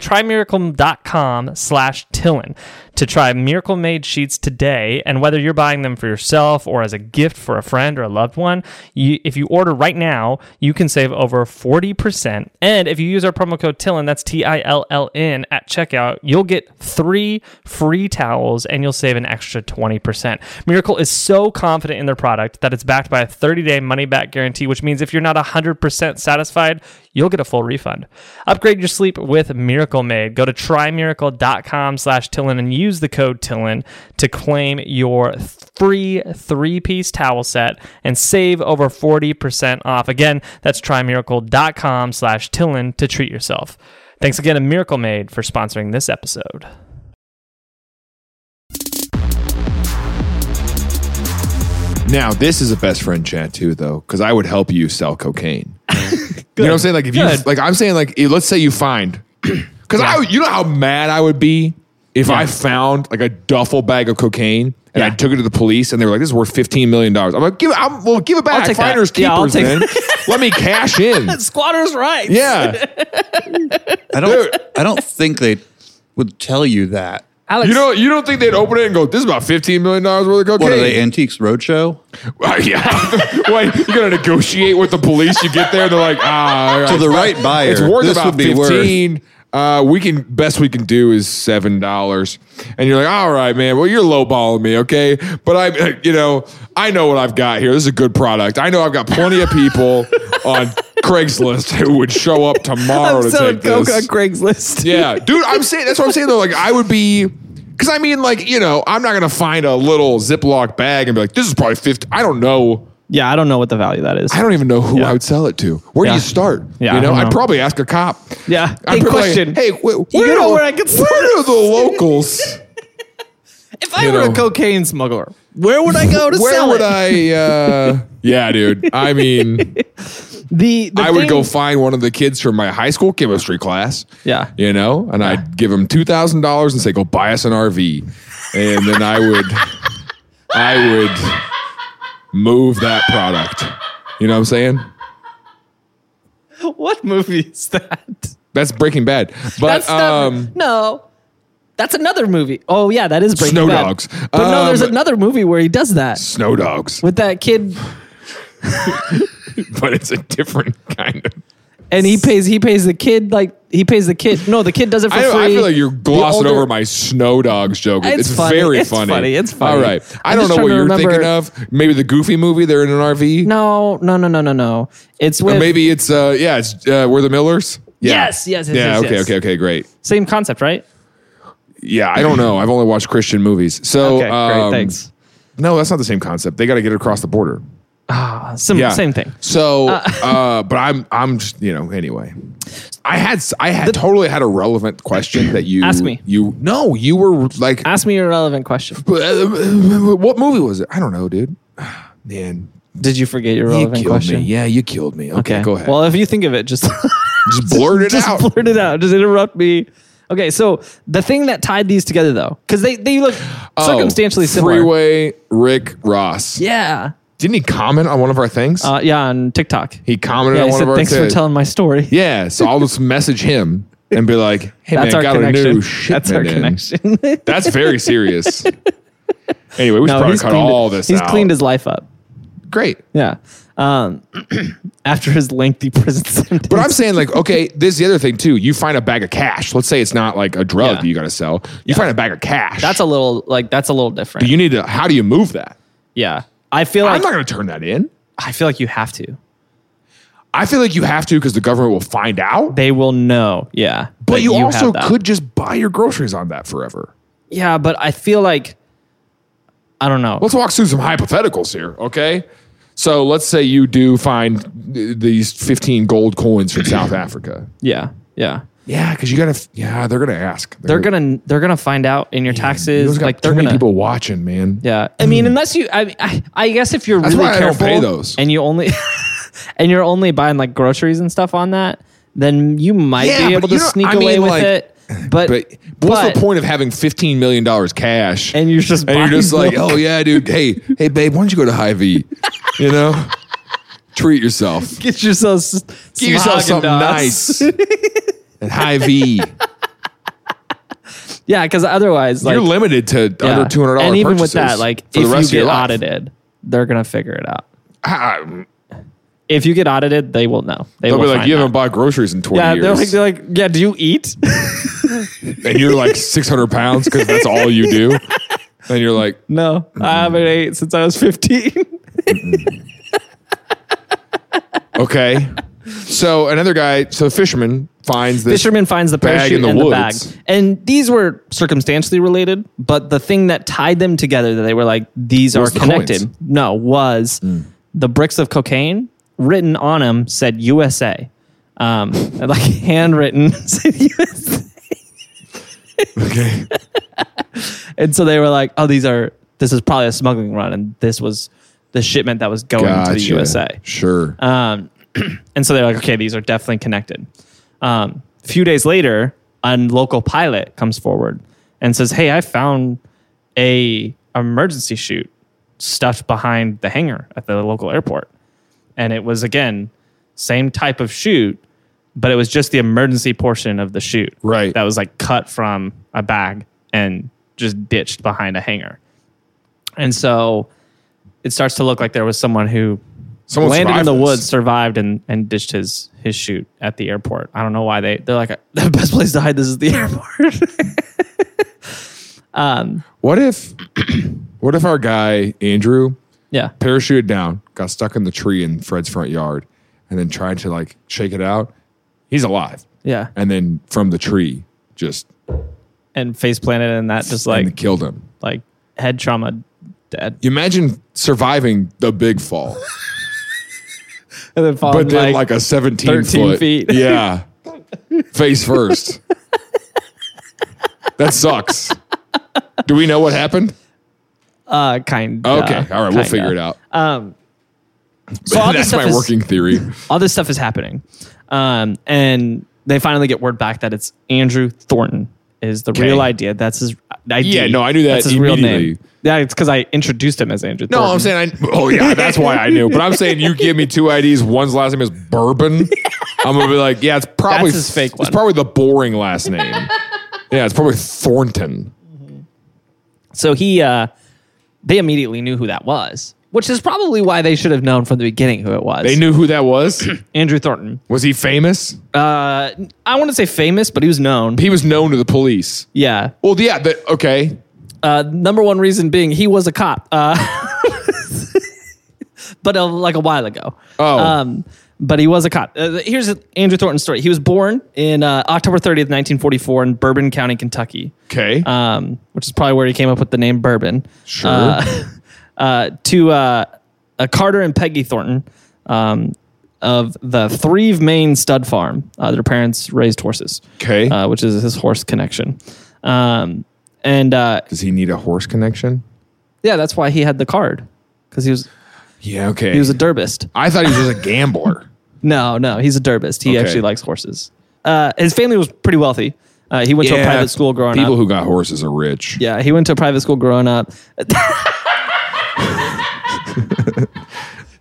Speaker 1: trymiracle.com slash Tillin to try Miracle Made sheets today. And whether you're buying them for yourself or as a gift for a friend or a loved one, you, if you order right now, you can save over 40%. And if you use our promo code TILLIN, that's T I L L N, at checkout, you'll get three free towels and you'll save an extra 20%. Miracle is so confident in their product that it's backed by a 30 day money back guarantee, which means if you're not 100% satisfied, you'll get a full refund. Upgrade your sleep with Miracle Made. Go to trymiracle.com slash Tillin and use the code Tillin to claim your free three-piece towel set and save over 40% off. Again, that's trymiracle.com slash Tillin to treat yourself. Thanks again to Miracle Made for sponsoring this episode.
Speaker 2: Now, this is a best friend chat too, though, because I would help you sell cocaine. You know what I'm saying? Like if you
Speaker 4: Good.
Speaker 2: like, I'm saying like, eh, let's say you find, because I, would- you know how mad I would be if I found like a duffel bag of cocaine and I
Speaker 4: Yeah.
Speaker 2: took it to the police and they were like, "This is worth 15 million dollars." I'm like, "Give, it- I'm, well, give it back.
Speaker 4: take that.
Speaker 2: Finders
Speaker 4: Yeah, I'll
Speaker 2: keepers,
Speaker 4: take-
Speaker 2: man. Let me cash in."
Speaker 4: Squatters' rights.
Speaker 2: Yeah,
Speaker 5: I don't. I don't think they would tell you that.
Speaker 4: Alex,
Speaker 2: you don't. You don't think they'd open it and go, "This is about 15 million dollars worth of
Speaker 5: What
Speaker 2: cocaine."
Speaker 5: are they? Antiques Roadshow?
Speaker 2: yeah. Wait, you gotta negotiate with the police. You get there, they're like, "Ah, all
Speaker 5: To the right buyer,
Speaker 2: It's worth
Speaker 5: this
Speaker 2: about
Speaker 5: would be worth.
Speaker 2: fifteen. Uh, we can best we can do is seven dollars, and you're like, all right, man. Well, you're lowballing me, okay? But I, you know, I know what I've got here. This is a good product. I know I've got plenty of people on Craigslist who would show up tomorrow to take this.
Speaker 4: Craigslist.
Speaker 2: Yeah, dude, I'm saying that's what I'm saying though. Like, I would be because I mean, like, you know, I'm not gonna find a little Ziploc bag and be like, this is probably fifty. I don't know.
Speaker 4: Yeah, I don't know what the value that is.
Speaker 2: I don't even know who
Speaker 4: Yeah.
Speaker 2: I would sell it to. Where do
Speaker 4: Yeah.
Speaker 2: you start?
Speaker 4: Yeah,
Speaker 2: you
Speaker 4: I
Speaker 2: know,
Speaker 4: don't
Speaker 2: I'd
Speaker 4: know.
Speaker 2: probably ask a cop.
Speaker 4: Yeah. hey,
Speaker 2: I'd probably like,
Speaker 4: question.
Speaker 2: hey, wh-
Speaker 4: you
Speaker 2: where,
Speaker 4: know
Speaker 2: do-
Speaker 4: where I could sell
Speaker 2: where do the locals?
Speaker 4: if I
Speaker 2: you
Speaker 4: were
Speaker 2: know.
Speaker 4: a cocaine smuggler, where would I go to
Speaker 2: where
Speaker 4: sell
Speaker 2: would
Speaker 4: it?
Speaker 2: I? Uh, yeah, dude. I mean,
Speaker 4: the, the
Speaker 2: I would
Speaker 4: thing-
Speaker 2: go find one of the kids from my high school chemistry class.
Speaker 4: Yeah.
Speaker 2: you know, and I'd give him two thousand dollars and say, "Go buy us an RV," and then I would, I would move that product. You know what I'm saying?
Speaker 4: What movie is that?
Speaker 2: That's Breaking Bad, but
Speaker 4: That's
Speaker 2: um.
Speaker 4: not, no. That's another movie. Oh yeah, that is Breaking
Speaker 2: Snow
Speaker 4: Bad.
Speaker 2: Dogs.
Speaker 4: But no, there's
Speaker 2: Um,
Speaker 4: another movie where he does that
Speaker 2: Snow dogs,
Speaker 4: with that kid,
Speaker 2: but it's a different kind of.
Speaker 4: and he pays he pays the kid like he pays the kid. No, the kid does it for
Speaker 2: I,
Speaker 4: free.
Speaker 2: I feel like you're
Speaker 4: The
Speaker 2: glossing
Speaker 4: older-
Speaker 2: over my snow dogs joke.
Speaker 4: It's
Speaker 2: It's,
Speaker 4: funny.
Speaker 2: very
Speaker 4: It's
Speaker 2: funny.
Speaker 4: funny. It's funny.
Speaker 2: All right. I
Speaker 4: I'm
Speaker 2: don't
Speaker 4: just
Speaker 2: know what
Speaker 4: trying
Speaker 2: you're
Speaker 4: to
Speaker 2: thinking
Speaker 4: remember-
Speaker 2: of. Maybe the Goofy movie. They're in an RV.
Speaker 4: No, no, no, no, no, no. It's with
Speaker 2: Or maybe it's uh yeah it's uh, we're the Millers. Yeah.
Speaker 4: Yes, yes, yes,
Speaker 2: Yeah.
Speaker 4: yes,
Speaker 2: okay.
Speaker 4: yes.
Speaker 2: Okay. Okay. Great.
Speaker 4: same concept, right?
Speaker 2: Yeah. I don't know. I've only watched Christian movies. So
Speaker 4: Okay,
Speaker 2: um,
Speaker 4: great, thanks.
Speaker 2: No, that's not the same concept. They got to get it across the border.
Speaker 4: Uh, Some,
Speaker 2: Yeah.
Speaker 4: Same thing.
Speaker 2: So, uh, but I'm I'm just you know anyway. I had I had totally had a relevant question that you
Speaker 4: Ask me.
Speaker 2: You no, you were like
Speaker 4: Ask me a relevant question.
Speaker 2: what movie was it? I don't know, dude. Man,
Speaker 4: Did you forget your
Speaker 2: you
Speaker 4: relevant
Speaker 2: killed
Speaker 4: question?
Speaker 2: me. Yeah, you killed me. Okay, go ahead.
Speaker 4: Well, if you think of it, just
Speaker 2: just blurt it
Speaker 4: just
Speaker 2: out.
Speaker 4: blurt it out. Just interrupt me. Okay, so the thing that tied these together though, because they they look
Speaker 2: Oh,
Speaker 4: circumstantially similar.
Speaker 2: Freeway Rick Ross.
Speaker 4: Yeah.
Speaker 2: Didn't he comment on one of our things?
Speaker 4: Uh, yeah, on TikTok.
Speaker 2: he commented
Speaker 4: yeah,
Speaker 2: on
Speaker 4: he
Speaker 2: one
Speaker 4: said,
Speaker 2: of our
Speaker 4: thanks
Speaker 2: things.
Speaker 4: for telling my story.
Speaker 2: yeah, so I'll just message him and be like, "Hey
Speaker 4: That's
Speaker 2: man,
Speaker 4: our
Speaker 2: got
Speaker 4: connection.
Speaker 2: a new shit
Speaker 4: That's our connection.
Speaker 2: That's very serious. anyway, we should probably cut
Speaker 4: cleaned,
Speaker 2: all this.
Speaker 4: He's
Speaker 2: out.
Speaker 4: cleaned his life up.
Speaker 2: great.
Speaker 4: Yeah. Um, after his lengthy prison sentence.
Speaker 2: But I'm saying, like, okay, this is the other thing too. You find a bag of cash. Let's say it's not like a
Speaker 4: Yeah.
Speaker 2: drug that you got to sell. You find a bag of cash.
Speaker 4: that's a little like that's a little different.
Speaker 2: you need to. How do you move that?
Speaker 4: yeah. I feel
Speaker 2: I'm
Speaker 4: like
Speaker 2: not going to turn that in.
Speaker 4: I feel like you have to.
Speaker 2: I feel like you have to because the government will find out.
Speaker 4: They will know. Yeah.
Speaker 2: But you,
Speaker 1: you
Speaker 2: also
Speaker 1: have that.
Speaker 2: could just buy your groceries on that forever.
Speaker 1: Yeah, but I feel like I don't know.
Speaker 2: Let's walk through some hypotheticals here, okay? So let's say you do find th- these 15 gold coins from South Africa.
Speaker 1: Yeah, yeah.
Speaker 2: Yeah, because you got to, yeah, they're going to ask.
Speaker 1: They're gonna they're gonna find out in your taxes.
Speaker 2: Those got
Speaker 1: like
Speaker 2: too
Speaker 1: they're
Speaker 2: many
Speaker 1: gonna
Speaker 2: people watching, man.
Speaker 1: Yeah, I mean, unless you, I, I, I guess if you're
Speaker 2: That's
Speaker 1: really
Speaker 2: why I don't
Speaker 1: careful
Speaker 2: pay those.
Speaker 1: and you only, and you're only buying like groceries and stuff on that, then you might
Speaker 2: Yeah,
Speaker 1: be
Speaker 2: but
Speaker 1: able to
Speaker 2: you don't-
Speaker 1: sneak
Speaker 2: I mean,
Speaker 1: away with
Speaker 2: like-
Speaker 1: it. But,
Speaker 2: But what's
Speaker 1: but-
Speaker 2: the point of having $15 million cash?
Speaker 1: And you're just
Speaker 2: and you're just
Speaker 1: buying
Speaker 2: like, oh, yeah, dude. Hey, hey, babe, why don't you go to Hy-Vee? You know? Treat yourself.
Speaker 1: get yourself s-
Speaker 2: Get yourself
Speaker 1: some
Speaker 2: something nice. At Hy-Vee.
Speaker 1: Yeah, because otherwise, like,
Speaker 2: You're limited to
Speaker 1: yeah.
Speaker 2: under two hundred dollars.
Speaker 1: And even with that, like, if you get
Speaker 2: life.
Speaker 1: audited, they're gonna figure it out.
Speaker 2: Ah,
Speaker 1: If you get audited, they will know. They
Speaker 2: they'll
Speaker 1: will
Speaker 2: be like,
Speaker 1: find
Speaker 2: you
Speaker 1: out.
Speaker 2: haven't bought groceries in twenty
Speaker 1: yeah, they're like,
Speaker 2: years,
Speaker 1: they're like, yeah. Do you eat?
Speaker 2: and you're like six hundred pounds because that's all you do. And you're like,
Speaker 1: no, I haven't ate since I was 15.
Speaker 2: okay. So another guy, so the fisherman finds this
Speaker 1: fisherman finds the
Speaker 2: bag
Speaker 1: parachute
Speaker 2: in the
Speaker 1: and the bag.
Speaker 2: woods.
Speaker 1: And these were circumstantially related, but the thing that tied them together that they were like, these
Speaker 2: Was
Speaker 1: are
Speaker 2: the
Speaker 1: connected.
Speaker 2: coins. Hmm.
Speaker 1: no, was the bricks of cocaine written on them said USA. Um, like handwritten said USA.
Speaker 2: Okay.
Speaker 1: And so they were like, oh, these are, this is probably a smuggling run. And this was the shipment that was going to the
Speaker 2: Gotcha.
Speaker 1: USA.
Speaker 2: Sure.
Speaker 1: Um, and so they're like, okay, these are definitely connected. Um, a few days later, a local pilot comes forward and says, "Hey, I found a emergency chute stuffed behind the hangar at the local airport, and it was again same type of chute, but it was just the emergency portion of the chute,
Speaker 2: Right.
Speaker 1: That was like cut from a bag and just ditched behind a hangar, and so." It starts to look like there was someone who
Speaker 2: Someone
Speaker 1: landed in
Speaker 2: survived
Speaker 1: the
Speaker 2: this.
Speaker 1: woods, survived, and and ditched his his shoot at the airport. I don't know why they they're like the best place to hide this is the airport.
Speaker 2: What if, what if our guy Andrew
Speaker 1: yeah,
Speaker 2: parachuted down, got stuck in the tree in Fred's front yard, and then tried to like shake it out? He's alive,
Speaker 1: yeah,
Speaker 2: and then from the tree just
Speaker 1: and face planted, and that just
Speaker 2: and
Speaker 1: like
Speaker 2: killed him.
Speaker 1: like head trauma, dead,
Speaker 2: You imagine surviving the big fall,
Speaker 1: and then falling
Speaker 2: but then
Speaker 1: like,
Speaker 2: like, a 17
Speaker 1: 13
Speaker 2: foot.
Speaker 1: feet.
Speaker 2: Yeah. Face first. that sucks. Do we know what happened?
Speaker 1: uh, kind.
Speaker 2: Okay. All right. We'll figure it out.
Speaker 1: So all this
Speaker 2: That's
Speaker 1: stuff
Speaker 2: my
Speaker 1: is,
Speaker 2: working theory.
Speaker 1: all this stuff is happening, um, and they finally get word back that it's Andrew Thornton is the real idea. That's his ID.
Speaker 2: Yeah, no, I knew that
Speaker 1: That's his real name.
Speaker 2: immediately.
Speaker 1: Yeah, it's because I introduced him as Andrew.
Speaker 2: No,
Speaker 1: Thornton.
Speaker 2: I'm saying I. Oh yeah, that's why I knew. But I'm saying you give me two IDs. One's last name is Bourbon. I'm gonna be like, yeah, it's probably
Speaker 1: That's his fake
Speaker 2: It's
Speaker 1: one.
Speaker 2: probably the boring last name. yeah, it's probably Thornton.
Speaker 1: So he, uh, they immediately knew who that was, which is probably why they should have known from the beginning who it was.
Speaker 2: They knew who that was.
Speaker 1: Andrew Thornton.
Speaker 2: was he famous?
Speaker 1: Uh, I want to say famous, but he was known.
Speaker 2: He was known to the police.
Speaker 1: Yeah.
Speaker 2: Well, yeah, the, okay.
Speaker 1: Uh, number one reason being he was a cop, uh, but uh, like a while ago.
Speaker 2: Oh.
Speaker 1: Um, but he was a cop. Uh, here's Andrew Thornton's story. He was born in uh, October 30th, 1944, in Bourbon County, Kentucky.
Speaker 2: Okay.
Speaker 1: um, which is probably where he came up with the name Bourbon.
Speaker 2: Sure.
Speaker 1: Uh, uh, to uh, uh, Carter and Peggy Thornton um, of the Threve Maine Stud Farm. Uh, their parents raised horses.
Speaker 2: Okay.
Speaker 1: Uh, which is his horse connection. Um, and uh,
Speaker 2: Does he need a horse connection?
Speaker 1: yeah, that's why he had the card because he was
Speaker 2: Yeah, okay.
Speaker 1: he was a derbist.
Speaker 2: I thought he was just a gambler.
Speaker 1: No, no, he's a derbist. He
Speaker 2: Okay.
Speaker 1: actually likes horses. Uh, his family was pretty wealthy. Uh, he went to a private school growing
Speaker 2: People
Speaker 1: up.
Speaker 2: who got horses are rich.
Speaker 1: yeah, he went to a private school growing up.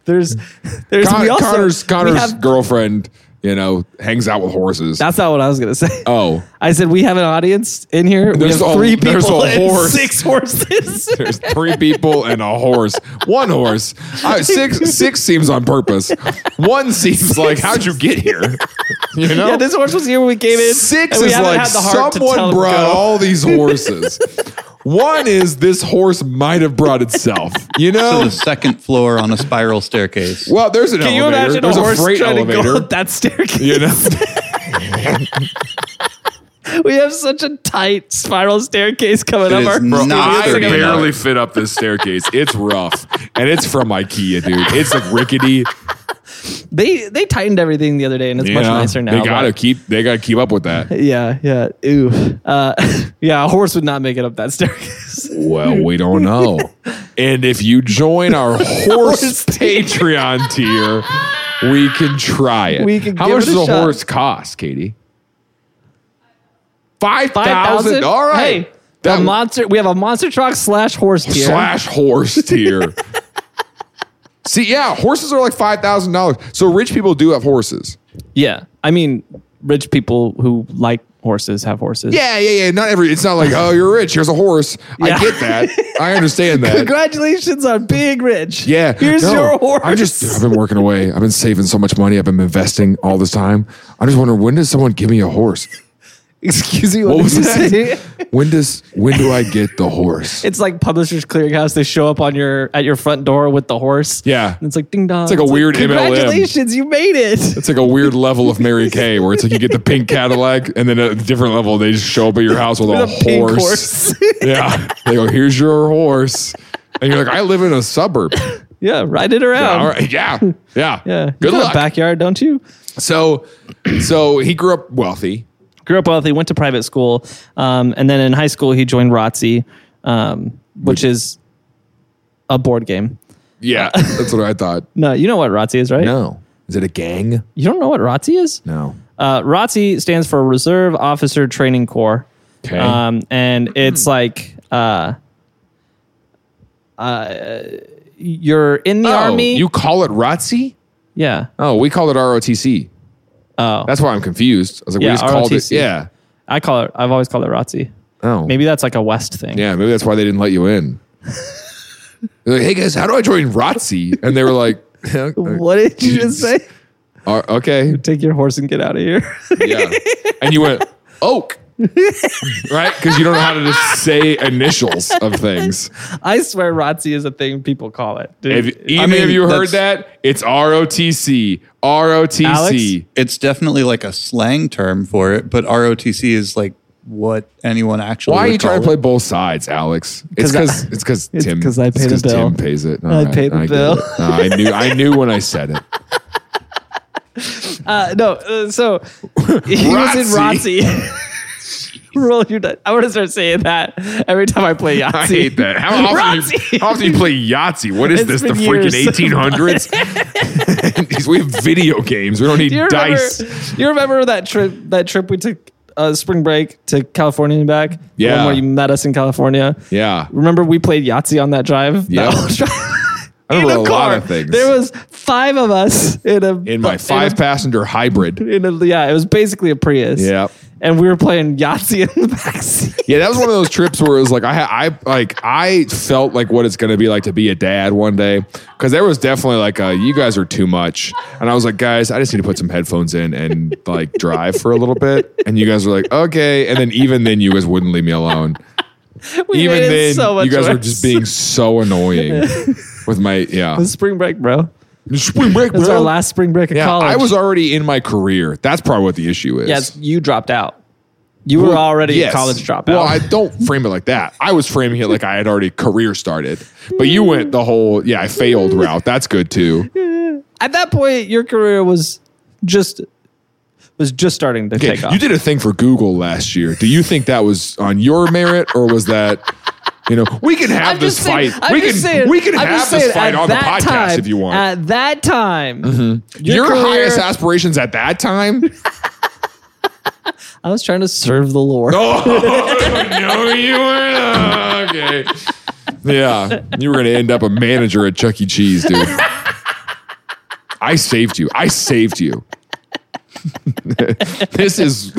Speaker 1: there's, there's
Speaker 2: Con-
Speaker 1: we also-
Speaker 2: Connor's
Speaker 1: we
Speaker 2: Connor's
Speaker 1: have-
Speaker 2: girlfriend, you know, hangs out with horses.
Speaker 1: that's not what I was gonna say.
Speaker 2: oh,
Speaker 1: I said we have an audience in here.
Speaker 2: There's
Speaker 1: we have
Speaker 2: a-
Speaker 1: three
Speaker 2: there's
Speaker 1: people
Speaker 2: a
Speaker 1: and
Speaker 2: horse.
Speaker 1: six horses.
Speaker 2: there's three people and a horse. One horse. Uh, six six seems on purpose. One seems like how'd you get here? You know.
Speaker 1: yeah, this horse was here when we came in.
Speaker 2: Six
Speaker 1: and we
Speaker 2: is
Speaker 1: haven't
Speaker 2: like
Speaker 1: had the heart to tell
Speaker 2: someone
Speaker 1: him
Speaker 2: brought
Speaker 1: go.
Speaker 2: all these horses. One is this horse might have brought itself. You
Speaker 5: To
Speaker 2: know.
Speaker 5: the second floor on a spiral staircase.
Speaker 2: Well, there's an
Speaker 1: Can you
Speaker 2: elevator.
Speaker 1: imagine
Speaker 2: there's
Speaker 1: a horse
Speaker 2: freight
Speaker 1: trying to go
Speaker 2: elevator.
Speaker 1: up that staircase?
Speaker 2: you know.
Speaker 1: we have such a tight spiral staircase coming
Speaker 5: It
Speaker 1: up
Speaker 5: is
Speaker 1: our
Speaker 5: not
Speaker 2: I
Speaker 5: It's
Speaker 1: studio.
Speaker 5: like a-
Speaker 2: barely fit up this staircase. It's rough, and it's from IKEA, dude. It's like rickety.
Speaker 1: They they tightened everything the other day, and it's
Speaker 2: you
Speaker 1: much
Speaker 2: know?
Speaker 1: nicer now.
Speaker 2: They gotta
Speaker 1: but-
Speaker 2: keep. They gotta keep up with that.
Speaker 1: Yeah, yeah. Ooh. Uh, yeah, a horse would not make it up that staircase.
Speaker 2: Well, we don't know. and if you join our horse
Speaker 1: Horse tier.
Speaker 2: Patreon tier, we can try it.
Speaker 1: We can
Speaker 2: How
Speaker 1: give
Speaker 2: much
Speaker 1: it a
Speaker 2: does a
Speaker 1: shot.
Speaker 2: horse cost, Katie? Five
Speaker 1: Five
Speaker 2: thousand.
Speaker 1: thousand.
Speaker 2: All right.
Speaker 1: Hey,
Speaker 2: That
Speaker 1: the monster. We have a monster truck slash horse tier.
Speaker 2: slash horse tier. See, yeah, horses are like five thousand dollars. So rich people do have horses.
Speaker 1: Yeah, I mean, rich people who like horses have horses.
Speaker 2: Yeah, yeah, yeah. Not every. It's not like oh, you're rich. Here's a horse. I
Speaker 1: Yeah.
Speaker 2: get that. I understand that.
Speaker 1: Congratulations on being rich.
Speaker 2: Yeah.
Speaker 1: Here's
Speaker 2: no,
Speaker 1: your horse.
Speaker 2: I just I've been working away. I've been saving so much money. I've been investing all this time. I just wonder when does someone give me a horse?
Speaker 1: Excuse me. What,
Speaker 2: What
Speaker 1: was
Speaker 2: was that?
Speaker 1: that?
Speaker 2: When does when do I get the horse?
Speaker 1: It's like Publishers Clearinghouse. They show up on your at your front door with the horse.
Speaker 2: Yeah.
Speaker 1: and it's like ding dong. It's
Speaker 2: like a weird MLM.
Speaker 1: Congratulations, you made it.
Speaker 2: It's like a weird level of Mary Kay where it's like you get the pink Cadillac and then a different level they just show up at your house with, a,
Speaker 1: With a pink
Speaker 2: horse.
Speaker 1: horse.
Speaker 2: yeah. They go, here's your horse. And you're like, I live in a suburb.
Speaker 1: Yeah, ride it around.
Speaker 2: All right. Yeah. Um, Yeah.
Speaker 1: Yeah, You
Speaker 2: Good
Speaker 1: got a
Speaker 2: luck.
Speaker 1: backyard, don't you?
Speaker 2: So so he grew up wealthy.
Speaker 1: grew up wealthy, went to private school, um, and then in high school he joined ROTC, um, which is a board game.
Speaker 2: Yeah. That's what I thought.
Speaker 1: No, you know what ROTC is, right?
Speaker 2: No. Is it a gang?
Speaker 1: You don't know what ROTC is?
Speaker 2: No.
Speaker 1: Uh, ROTC stands for Reserve Officer Training Corps,
Speaker 2: Okay. Hmm.
Speaker 1: um, and it's like uh, uh, you're in the
Speaker 2: Oh,
Speaker 1: army.
Speaker 2: You call it ROTC?
Speaker 1: yeah,
Speaker 2: Oh, we call it ROTC.
Speaker 1: Oh.
Speaker 2: That's why I'm confused. I was like,
Speaker 1: Yeah,
Speaker 2: we just called it.
Speaker 1: ROTC.
Speaker 2: Yeah.
Speaker 1: I call it. I've always called it ROTC.
Speaker 2: Oh.
Speaker 1: Maybe that's like a West thing.
Speaker 2: Yeah, maybe that's why they didn't let you in. They're like, hey guys, how do I join ROTC? And they were like, "Uh,
Speaker 1: What did you just say?
Speaker 2: uh, okay,
Speaker 1: Take your horse and get out of here.
Speaker 2: yeah. And you went oak, right? Because you don't know how to just say initials of things.
Speaker 1: I swear ROTC is a thing people call it.
Speaker 2: Have
Speaker 1: Dude.
Speaker 2: either of
Speaker 5: mean,
Speaker 2: you heard
Speaker 5: that's-
Speaker 2: that? It's ROTC, ROTC.
Speaker 1: Alex?
Speaker 5: It's definitely like a slang term for it, but ROTC is like what anyone actually.
Speaker 2: Why are
Speaker 5: would
Speaker 2: you
Speaker 5: call
Speaker 2: trying to
Speaker 5: it.
Speaker 2: play both sides, Alex? It's
Speaker 1: 'Cause I-
Speaker 2: because it's because
Speaker 1: It's
Speaker 2: Tim
Speaker 1: 'cause I
Speaker 2: it's
Speaker 1: pay the
Speaker 2: 'cause Tim
Speaker 1: bill.
Speaker 2: pays it.
Speaker 1: I pay the
Speaker 2: get
Speaker 1: bill.
Speaker 2: it. No, I knew I knew when I said it.
Speaker 1: Uh, no, uh, so he was in
Speaker 2: Rotzi.
Speaker 1: ROTC. Roll your dice. I want to start saying that every time I play Yahtzee.
Speaker 2: I hate that. How often, do you,
Speaker 1: Rotzi.
Speaker 2: how often do you play Yahtzee? What is
Speaker 1: It's
Speaker 2: this? The
Speaker 1: been
Speaker 2: freaking
Speaker 1: years.
Speaker 2: eighteen hundreds? we have video games. We don't need
Speaker 1: Do you remember,
Speaker 2: dice.
Speaker 1: You remember that trip? That trip we took uh, spring break to California and back. The
Speaker 2: Yeah.
Speaker 1: one where you met us in California.
Speaker 2: Yeah,
Speaker 1: Remember we played Yahtzee on that drive.
Speaker 2: Yep.
Speaker 1: That whole drive.
Speaker 2: I
Speaker 1: in
Speaker 2: remember
Speaker 1: a
Speaker 2: a
Speaker 1: car.
Speaker 2: lot of things.
Speaker 1: There was five of us in a
Speaker 2: in my
Speaker 1: a-
Speaker 2: five-passenger hybrid.
Speaker 1: in a, yeah, it was basically a Prius.
Speaker 2: Yep.
Speaker 1: And we were playing Yahtzee in the backseat.
Speaker 2: Yeah, that was one of those trips where it was like I, ha- I like I felt like what it's gonna be like to be a dad one day because there was definitely like a, you guys are too much, and I was like, guys, I just need to put some headphones in and like drive for a little bit, and you guys were like, okay, and then even then you guys wouldn't leave me alone.
Speaker 1: We
Speaker 2: even
Speaker 1: made it
Speaker 2: then,
Speaker 1: so much
Speaker 2: you guys
Speaker 1: worse.
Speaker 2: were just being so annoying with my yeah.
Speaker 1: spring break, bro.
Speaker 2: Spring break,
Speaker 1: It was
Speaker 2: bro.
Speaker 1: our last spring break of
Speaker 2: Yeah,
Speaker 1: college.
Speaker 2: I was already in my career. That's probably what the issue is.
Speaker 1: Yes, you dropped out. You were already
Speaker 2: Yes.
Speaker 1: a college dropout.
Speaker 2: Well, I don't frame it like that. I was framing it like I had already career started, but you went the whole yeah I failed route. That's good too.
Speaker 1: At that point, your career was just was just starting to
Speaker 2: Okay,
Speaker 1: take off.
Speaker 2: you did a thing for Google last year. Do you think that was on your merit or was that? You know, we can have
Speaker 1: I'm
Speaker 2: this
Speaker 1: just saying-
Speaker 2: fight.
Speaker 1: I'm
Speaker 2: we can
Speaker 1: just saying-
Speaker 2: we can
Speaker 1: I'm
Speaker 2: have
Speaker 1: just
Speaker 2: this
Speaker 1: saying
Speaker 2: fight
Speaker 1: at
Speaker 2: on the
Speaker 1: that
Speaker 2: podcast
Speaker 1: time-
Speaker 2: if you want. Mm-hmm.
Speaker 1: At that time,
Speaker 2: your
Speaker 1: career-
Speaker 2: highest aspirations at that time
Speaker 1: I was trying to serve the Lord.
Speaker 2: Oh no, you were not. okay. Yeah, you were gonna end up a manager at Chuck E. Cheese, dude. I saved you. I saved you. this is.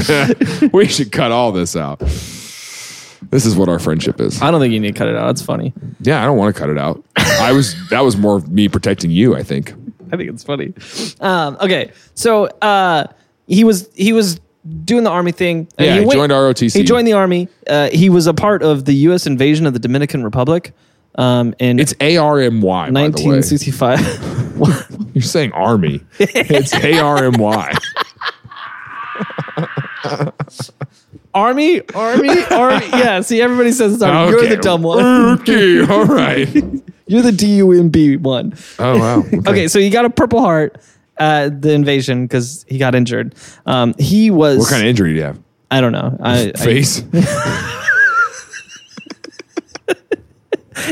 Speaker 2: we should cut all this out. This is what our friendship is.
Speaker 1: I don't think you need to cut it out. It's funny.
Speaker 2: Yeah, I don't want to cut it out. I was. That was more of me protecting you. I think.
Speaker 1: I think it's funny. Um, okay, so uh, he was he was doing the army thing. and
Speaker 2: Yeah, he
Speaker 1: went-
Speaker 2: joined ROTC.
Speaker 1: He joined the army. Uh, he was a part of the U.S. invasion of the Dominican Republic um, in
Speaker 2: It's A R M Y. By the way,
Speaker 1: 1965.
Speaker 2: you're saying army. It's A R M Y.
Speaker 1: Army, army, army. Yeah, see, everybody says it's army. You're
Speaker 2: Okay.
Speaker 1: the dumb one.
Speaker 2: Okay, all right.
Speaker 1: You're the DUMB one.
Speaker 2: Oh wow.
Speaker 1: Okay, so he got a Purple Heart at the invasion because he got injured. Um, he was.
Speaker 2: What kind of injury do you have?
Speaker 1: I don't know. I, I-
Speaker 2: Face.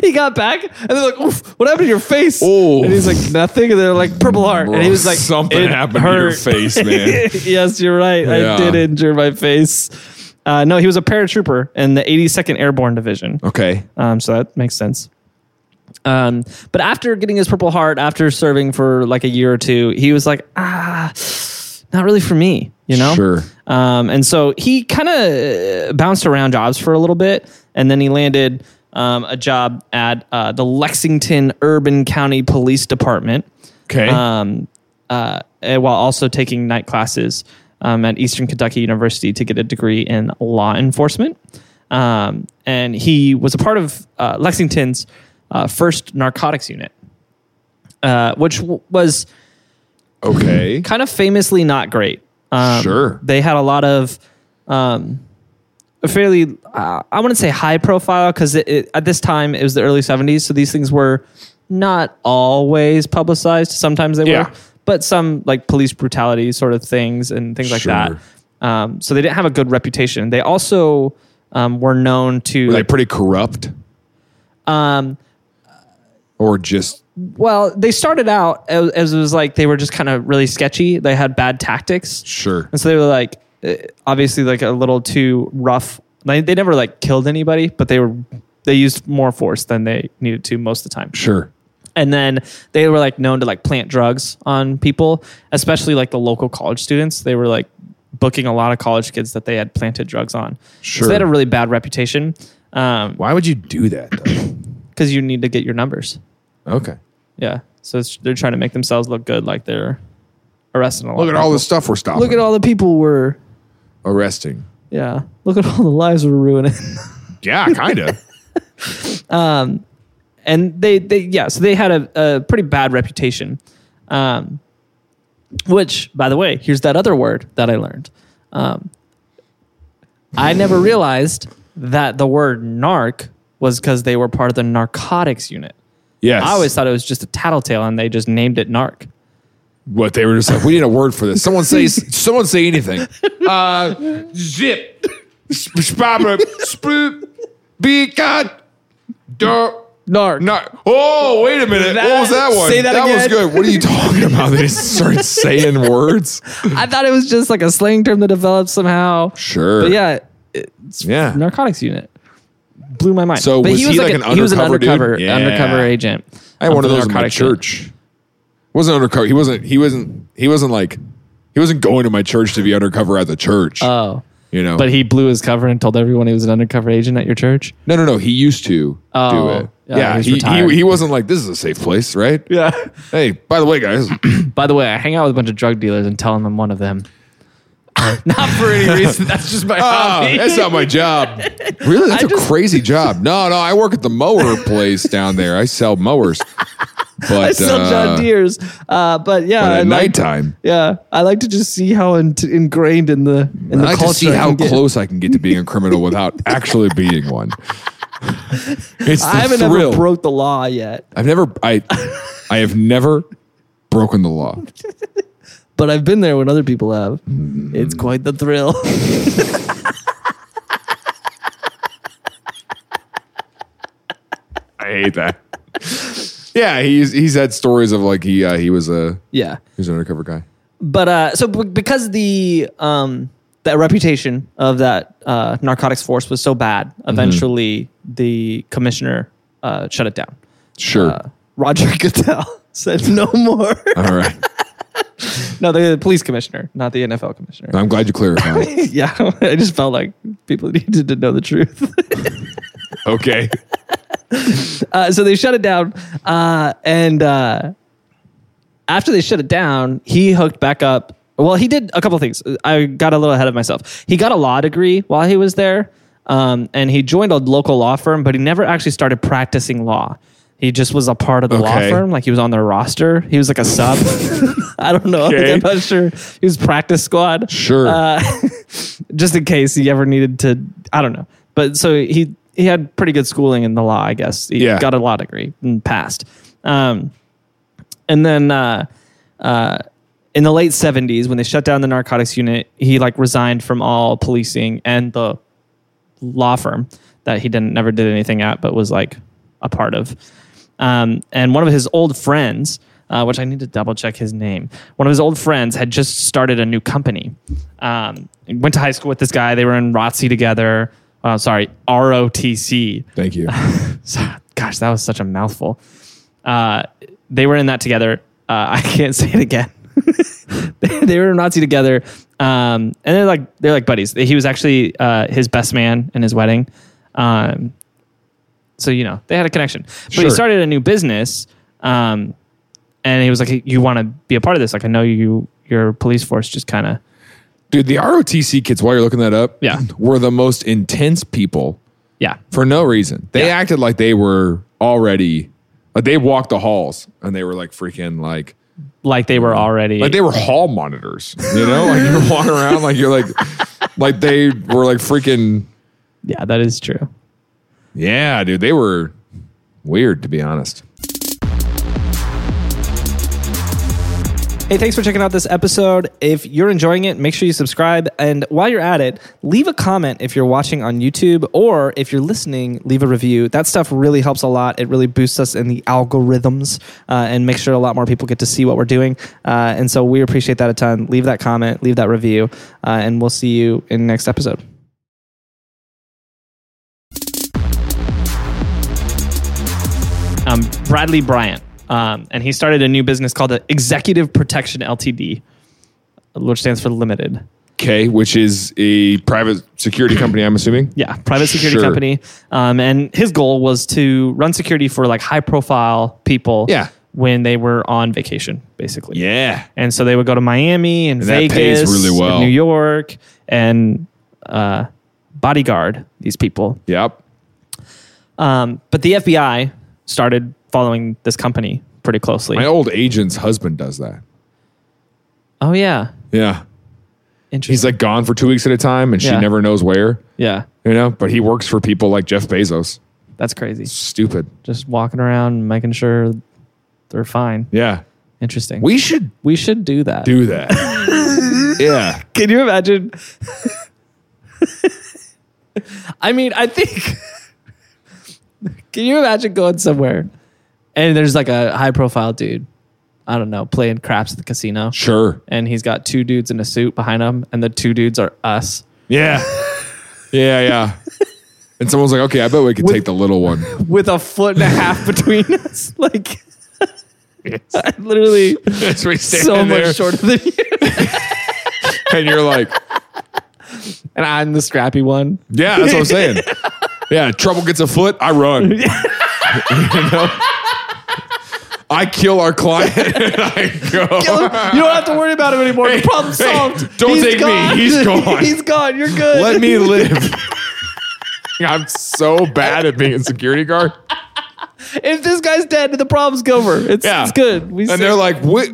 Speaker 1: he got back, and they're like, Oof, "What happened to your face?"
Speaker 2: Oh.
Speaker 1: And he's like, "Nothing." And they're like, "Purple Heart," and he was like,
Speaker 2: something
Speaker 1: "It
Speaker 2: happened to your
Speaker 1: hurt."
Speaker 2: face, man.
Speaker 1: yes, you're right.
Speaker 2: Yeah.
Speaker 1: I did injure my face. Uh, no, he was a paratrooper in the 82nd Airborne Division.
Speaker 2: okay.
Speaker 1: Um, so that makes sense. Um, but after getting his Purple Heart, after serving for like a year or two, he was like, ah, not really for me, you know?
Speaker 2: Sure.
Speaker 1: Um, and so he kind of bounced around jobs for a little bit, and then he landed um, a job at uh, the Lexington Urban County Police Department
Speaker 2: Okay.
Speaker 1: um, uh, and while also taking night classes um, at Eastern Kentucky University to get a degree in law enforcement. Um, and he was a part of uh, Lexington's uh, first narcotics unit, uh, which w- was
Speaker 2: okay.
Speaker 1: kind of famously not great. Um,
Speaker 2: Sure.
Speaker 1: They had a lot of um, a fairly, uh, I wouldn't say high profile because it, it, at this time it was the early 70s. So these things were not always publicized. Sometimes they
Speaker 2: Yeah.
Speaker 1: were, but some like police brutality sort of things and things like
Speaker 2: Sure.
Speaker 1: that. Um, so they didn't have a good reputation. They also um, were known to,
Speaker 2: Were they pretty corrupt?
Speaker 1: um,
Speaker 2: Or just
Speaker 1: well, they started out as, as it was like they were just kind of really sketchy. They had bad tactics.
Speaker 2: sure.
Speaker 1: And so they were like, uh, obviously, like a little too rough. Like, they never like killed anybody, but they were they used more force than they needed to most of the time.
Speaker 2: Sure.
Speaker 1: And then they were like known to like plant drugs on people, especially like the local college students. They were like booking a lot of college kids that they had planted drugs on. So
Speaker 2: Sure.
Speaker 1: they had a really bad reputation because
Speaker 2: Why would you do that though?
Speaker 1: you need to get your numbers.
Speaker 2: Okay.
Speaker 1: Yeah. So it's, they're trying to make themselves look good, like they're arresting a lot.
Speaker 2: Look at
Speaker 1: of
Speaker 2: all
Speaker 1: people.
Speaker 2: this stuff we're stopping.
Speaker 1: Look at all the people we're.
Speaker 2: arresting.
Speaker 1: Yeah. Look at all the lives we're ruining.
Speaker 2: Yeah, kind of.
Speaker 1: and they they yeah so they had a, a pretty bad reputation um which by the way here's that other word that i learned um i never realized that the word narc was because they were part of the narcotics unit
Speaker 2: yes.
Speaker 1: i always thought it was just a tattletale and they just named it narc
Speaker 2: what they were just like, we need a word for this. Someone say someone say anything. Uh zip. Sp- spabber, Spoop. Be cut. Dirt.
Speaker 1: narc
Speaker 2: No. Oh, wait a minute. what was that one?
Speaker 1: Say that
Speaker 2: was
Speaker 1: again.
Speaker 2: good. What are you talking about? They just started saying words.
Speaker 1: i thought it was just like a slang term that developed somehow
Speaker 2: Sure.
Speaker 1: but yeah it's
Speaker 2: Yeah.
Speaker 1: narcotics unit blew my mind
Speaker 2: So
Speaker 1: but
Speaker 2: was he like an
Speaker 1: he was an
Speaker 2: undercover
Speaker 1: undercover
Speaker 2: dude? Yeah.
Speaker 1: undercover agent
Speaker 2: I had
Speaker 1: um,
Speaker 2: one of
Speaker 1: for the
Speaker 2: those in my
Speaker 1: narcotics unit.
Speaker 2: church. Wasn't undercover. He wasn't. He wasn't. He wasn't like. He wasn't going to my church to be undercover at the church.
Speaker 1: Oh,
Speaker 2: you know.
Speaker 1: but he blew his cover and told everyone he was an undercover agent at your church.
Speaker 2: no, no, no. He used to do
Speaker 1: Oh.
Speaker 2: it.
Speaker 1: Yeah,
Speaker 2: Yeah.
Speaker 1: he's
Speaker 2: he,
Speaker 1: retired.
Speaker 2: he he wasn't like this is a safe place, right?
Speaker 1: Yeah.
Speaker 2: Hey, by the way, guys.
Speaker 1: By the way, I hang out with a bunch of drug dealers and tell them I'm one of them. Not for any reason. That's just my
Speaker 2: Ah,
Speaker 1: hobby.
Speaker 2: that's not my job. Really? That's a
Speaker 1: just-
Speaker 2: crazy job. No, no, I work at the mower place down there. I sell mowers. But
Speaker 1: I sell
Speaker 2: uh,
Speaker 1: John Deere's, uh, but yeah,
Speaker 2: But
Speaker 1: I
Speaker 2: at
Speaker 1: like-
Speaker 2: nighttime,
Speaker 1: yeah, I like to just see how in- ingrained in the in the
Speaker 2: I like
Speaker 1: culture.
Speaker 2: to see
Speaker 1: I
Speaker 2: how
Speaker 1: can get.
Speaker 2: close I can get to being a criminal without actually being one. It's the
Speaker 1: I haven't
Speaker 2: thrill.
Speaker 1: ever broke the law yet,
Speaker 2: I've never I I have never broken the law.
Speaker 1: but I've been there when other people have.
Speaker 2: Mm.
Speaker 1: It's quite the thrill.
Speaker 2: I hate that. Yeah, he's he's had stories of like he uh, he was a
Speaker 1: yeah.
Speaker 2: he was an undercover guy.
Speaker 1: but uh, so b- because the um, the reputation of that uh, narcotics force was so bad,
Speaker 2: Mm-hmm.
Speaker 1: eventually the commissioner uh, shut it down.
Speaker 2: Sure.
Speaker 1: Uh, Roger Goodell said no more.
Speaker 2: All right.
Speaker 1: no, the police commissioner, not the NFL commissioner.
Speaker 2: I'm glad you clarified.
Speaker 1: yeah, I just felt like people needed to know the truth.
Speaker 2: okay.
Speaker 1: Uh, so they shut it down, uh, and uh, after they shut it down, he hooked back up. Well, he did a couple things. I got a little ahead of myself. He got a law degree while he was there, um, and he joined a local law firm, but he never actually started practicing law. He just was a part of the law
Speaker 2: Okay.
Speaker 1: firm, like he was on their roster. He was like a sub. I don't know.
Speaker 2: Okay.
Speaker 1: I'm not sure. He was practice squad.
Speaker 2: Sure.
Speaker 1: Uh, just in case he ever needed to. I don't know. But so he he had pretty good schooling in the law, I guess. He
Speaker 2: Yeah.
Speaker 1: got a law degree and passed. Um, and then uh, uh, in the late 70s, when they shut down the narcotics unit, he like resigned from all policing and the law firm that he didn't never did anything at, but was like a part of. Um, and one of his old friends, uh, which I need to double check his name, one of his old friends had just started a new company. Um, went to high school with this guy. They were in ROTC together. Uh, sorry, ROTC.
Speaker 2: Thank you.
Speaker 1: So- Gosh, that was such a mouthful. Uh, they were in that together. Uh, I can't say it again. they were in Nazi together, um, and they're like they're like buddies. He was actually uh, his best man in his wedding, um, so you know they had a connection. But he
Speaker 2: Sure.
Speaker 1: started a new business, um, and he was like, "You want to be a part of this? Like, I know you your police force just kind of."
Speaker 2: Dude, the ROTC kids, while you're looking that up,
Speaker 1: Yeah.
Speaker 2: were the most intense people
Speaker 1: Yeah,
Speaker 2: for no reason. They acted like they were already, like they walked the halls and they were like freaking like,
Speaker 1: like they were already
Speaker 2: Mm. like they were hall monitors, you know? like you're walking around like you're like, like they were like freaking,
Speaker 1: yeah, that is true.
Speaker 2: yeah, dude, they were weird to be honest.
Speaker 1: Hey, thanks for checking out this episode. If you're enjoying it, make sure you subscribe. And while you're at it, leave a comment if you're watching on YouTube or if you're listening, leave a review. That stuff really helps a lot. It really boosts us in the algorithms uh, and makes sure a lot more people get to see what we're doing. Uh, and so we appreciate that a ton. Leave that comment, leave that review, uh, and we'll see you in next episode. um, Bradley Bryant, um, and he started a new business called the Executive Protection Ltd, which stands for Limited.
Speaker 2: Okay, which is a private security company, I'm assuming.
Speaker 1: Yeah, private security
Speaker 2: Sure.
Speaker 1: company. Um, and his goal was to run security for like high profile people.
Speaker 2: Yeah.
Speaker 1: When they were on vacation, basically.
Speaker 2: Yeah.
Speaker 1: And so they would go to Miami and,
Speaker 2: that
Speaker 1: Vegas,
Speaker 2: pays really
Speaker 1: and
Speaker 2: well.
Speaker 1: New York, and uh, bodyguard these people.
Speaker 2: Yep.
Speaker 1: Um, but the FBI started following this company pretty closely.
Speaker 2: My old agent's husband does that.
Speaker 1: oh yeah,
Speaker 2: Yeah.
Speaker 1: interesting.
Speaker 2: He's like gone for two weeks at a time and
Speaker 1: Yeah.
Speaker 2: she never knows where,
Speaker 1: yeah,
Speaker 2: you know? But he works for people like Jeff Bezos.
Speaker 1: that's crazy.
Speaker 2: Stupid.
Speaker 1: just walking around making sure they're fine.
Speaker 2: Yeah.
Speaker 1: Interesting.
Speaker 2: We should
Speaker 1: we should do that.
Speaker 2: do that. yeah.
Speaker 1: Can you imagine? I mean, I think. can you imagine going somewhere and there's like a high profile dude, I don't know, playing craps at the casino,
Speaker 2: Sure.
Speaker 1: and he's got two dudes in a suit behind him, and the two dudes are us.
Speaker 2: Yeah. Yeah. Yeah. And someone's like, okay, I bet we could take the little one.
Speaker 1: With a foot and a half between us. Like, I'm literally
Speaker 2: That's where he's
Speaker 1: so
Speaker 2: standing there.
Speaker 1: much shorter than you.
Speaker 2: And you're like,
Speaker 1: And I'm the scrappy one.
Speaker 2: yeah, that's what I'm saying. Yeah. Trouble gets a foot, I run. you know? I kill our client and I go.
Speaker 1: You don't have to worry about him anymore.
Speaker 2: Hey,
Speaker 1: the problem's
Speaker 2: hey,
Speaker 1: solved.
Speaker 2: don't take me. He's gone.
Speaker 1: He's gone. You're good.
Speaker 2: Let me live. I'm so bad at being a security guard.
Speaker 1: if this guy's dead, the problem's over. It's,
Speaker 2: Yeah.
Speaker 1: it's good. We
Speaker 2: And they're
Speaker 1: like,
Speaker 2: like, what?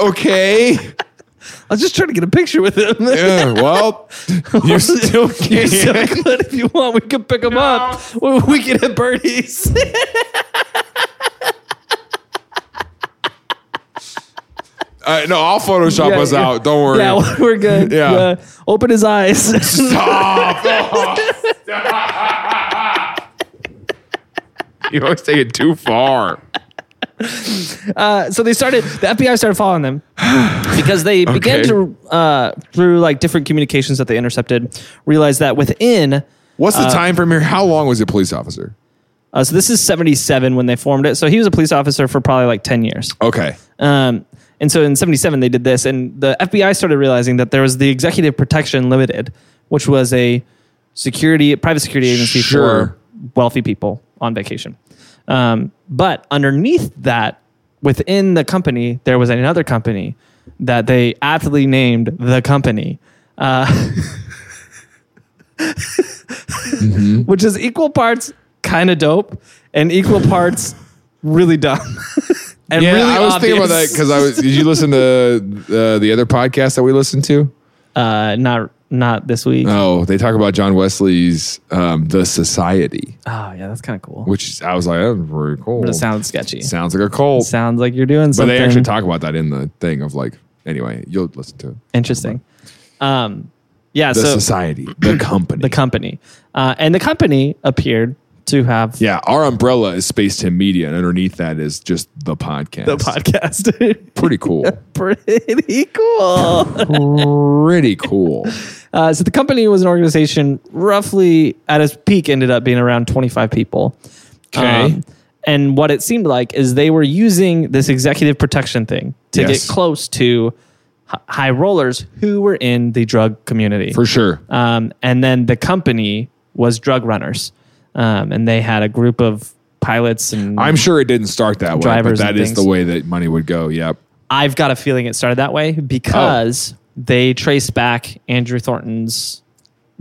Speaker 2: Okay.
Speaker 1: I was just trying to get a picture with him.
Speaker 2: Yeah, well, you still
Speaker 1: You're so
Speaker 2: can't.
Speaker 1: good. If you want, we can pick him up. We, we can hit birdies.
Speaker 2: Uh, no, I'll Photoshop
Speaker 1: Yeah,
Speaker 2: us
Speaker 1: yeah.
Speaker 2: out. Don't worry.
Speaker 1: yeah, we're good.
Speaker 2: Yeah.
Speaker 1: Open his eyes.
Speaker 2: Stop. you always take it too far.
Speaker 1: so they started the FBI started following them because they began
Speaker 2: Okay.
Speaker 1: to uh, through like different communications that they intercepted realize that within
Speaker 2: What's the time frame here? How long was he a police officer?
Speaker 1: uh, so this is 77 when they formed it so he was a police officer for probably like 10 years
Speaker 2: Okay.
Speaker 1: um, and so in 77 they did this and the FBI started realizing that there was the Executive Protection Limited which was a security private security agency
Speaker 2: Sure.
Speaker 1: for wealthy people on vacation um, but underneath that within the company there was another company that they aptly named the company uh, which is equal parts kind of dope, and equal parts really dumb. and
Speaker 2: Yeah,
Speaker 1: really
Speaker 2: I was thinking about that
Speaker 1: obvious.
Speaker 2: because I was. Did you listen to uh, the other podcast that we listened to?
Speaker 1: uh, not not this week.
Speaker 2: Oh, they talk about John Wesley's um, "The Society,"
Speaker 1: oh yeah, that's kind of cool.
Speaker 2: which is- I was like, "That's very cool."
Speaker 1: But it sounds sketchy.
Speaker 2: sounds like a cult,
Speaker 1: Sounds like you're doing
Speaker 2: but
Speaker 1: something.
Speaker 2: they actually talk about that in the thing of like. Anyway, you'll listen to it.
Speaker 1: Interesting. Um, yeah.
Speaker 2: The
Speaker 1: so
Speaker 2: society, the company,
Speaker 1: the company, uh, and the company appeared to have
Speaker 2: Yeah, our umbrella is Space Tim Media, and underneath that is just the podcast.
Speaker 1: the podcast.
Speaker 2: Pretty cool.
Speaker 1: Pretty cool.
Speaker 2: Pretty cool.
Speaker 1: Uh, so the company was an organization roughly at its peak ended up being around 25 people. Um,
Speaker 2: Okay.
Speaker 1: and what it seemed like is they were using this executive protection thing to
Speaker 2: Yes.
Speaker 1: get close to hi- high rollers who were in the drug community.
Speaker 2: For sure.
Speaker 1: Um, and then the company was drug runners. Um, and they had a group of pilots and
Speaker 2: I'm sure it didn't start that way, but
Speaker 1: Drivers
Speaker 2: that
Speaker 1: and
Speaker 2: is the
Speaker 1: things.
Speaker 2: way that money would go. Yep.
Speaker 1: I've got a feeling it started that way because they traced back Andrew Thornton's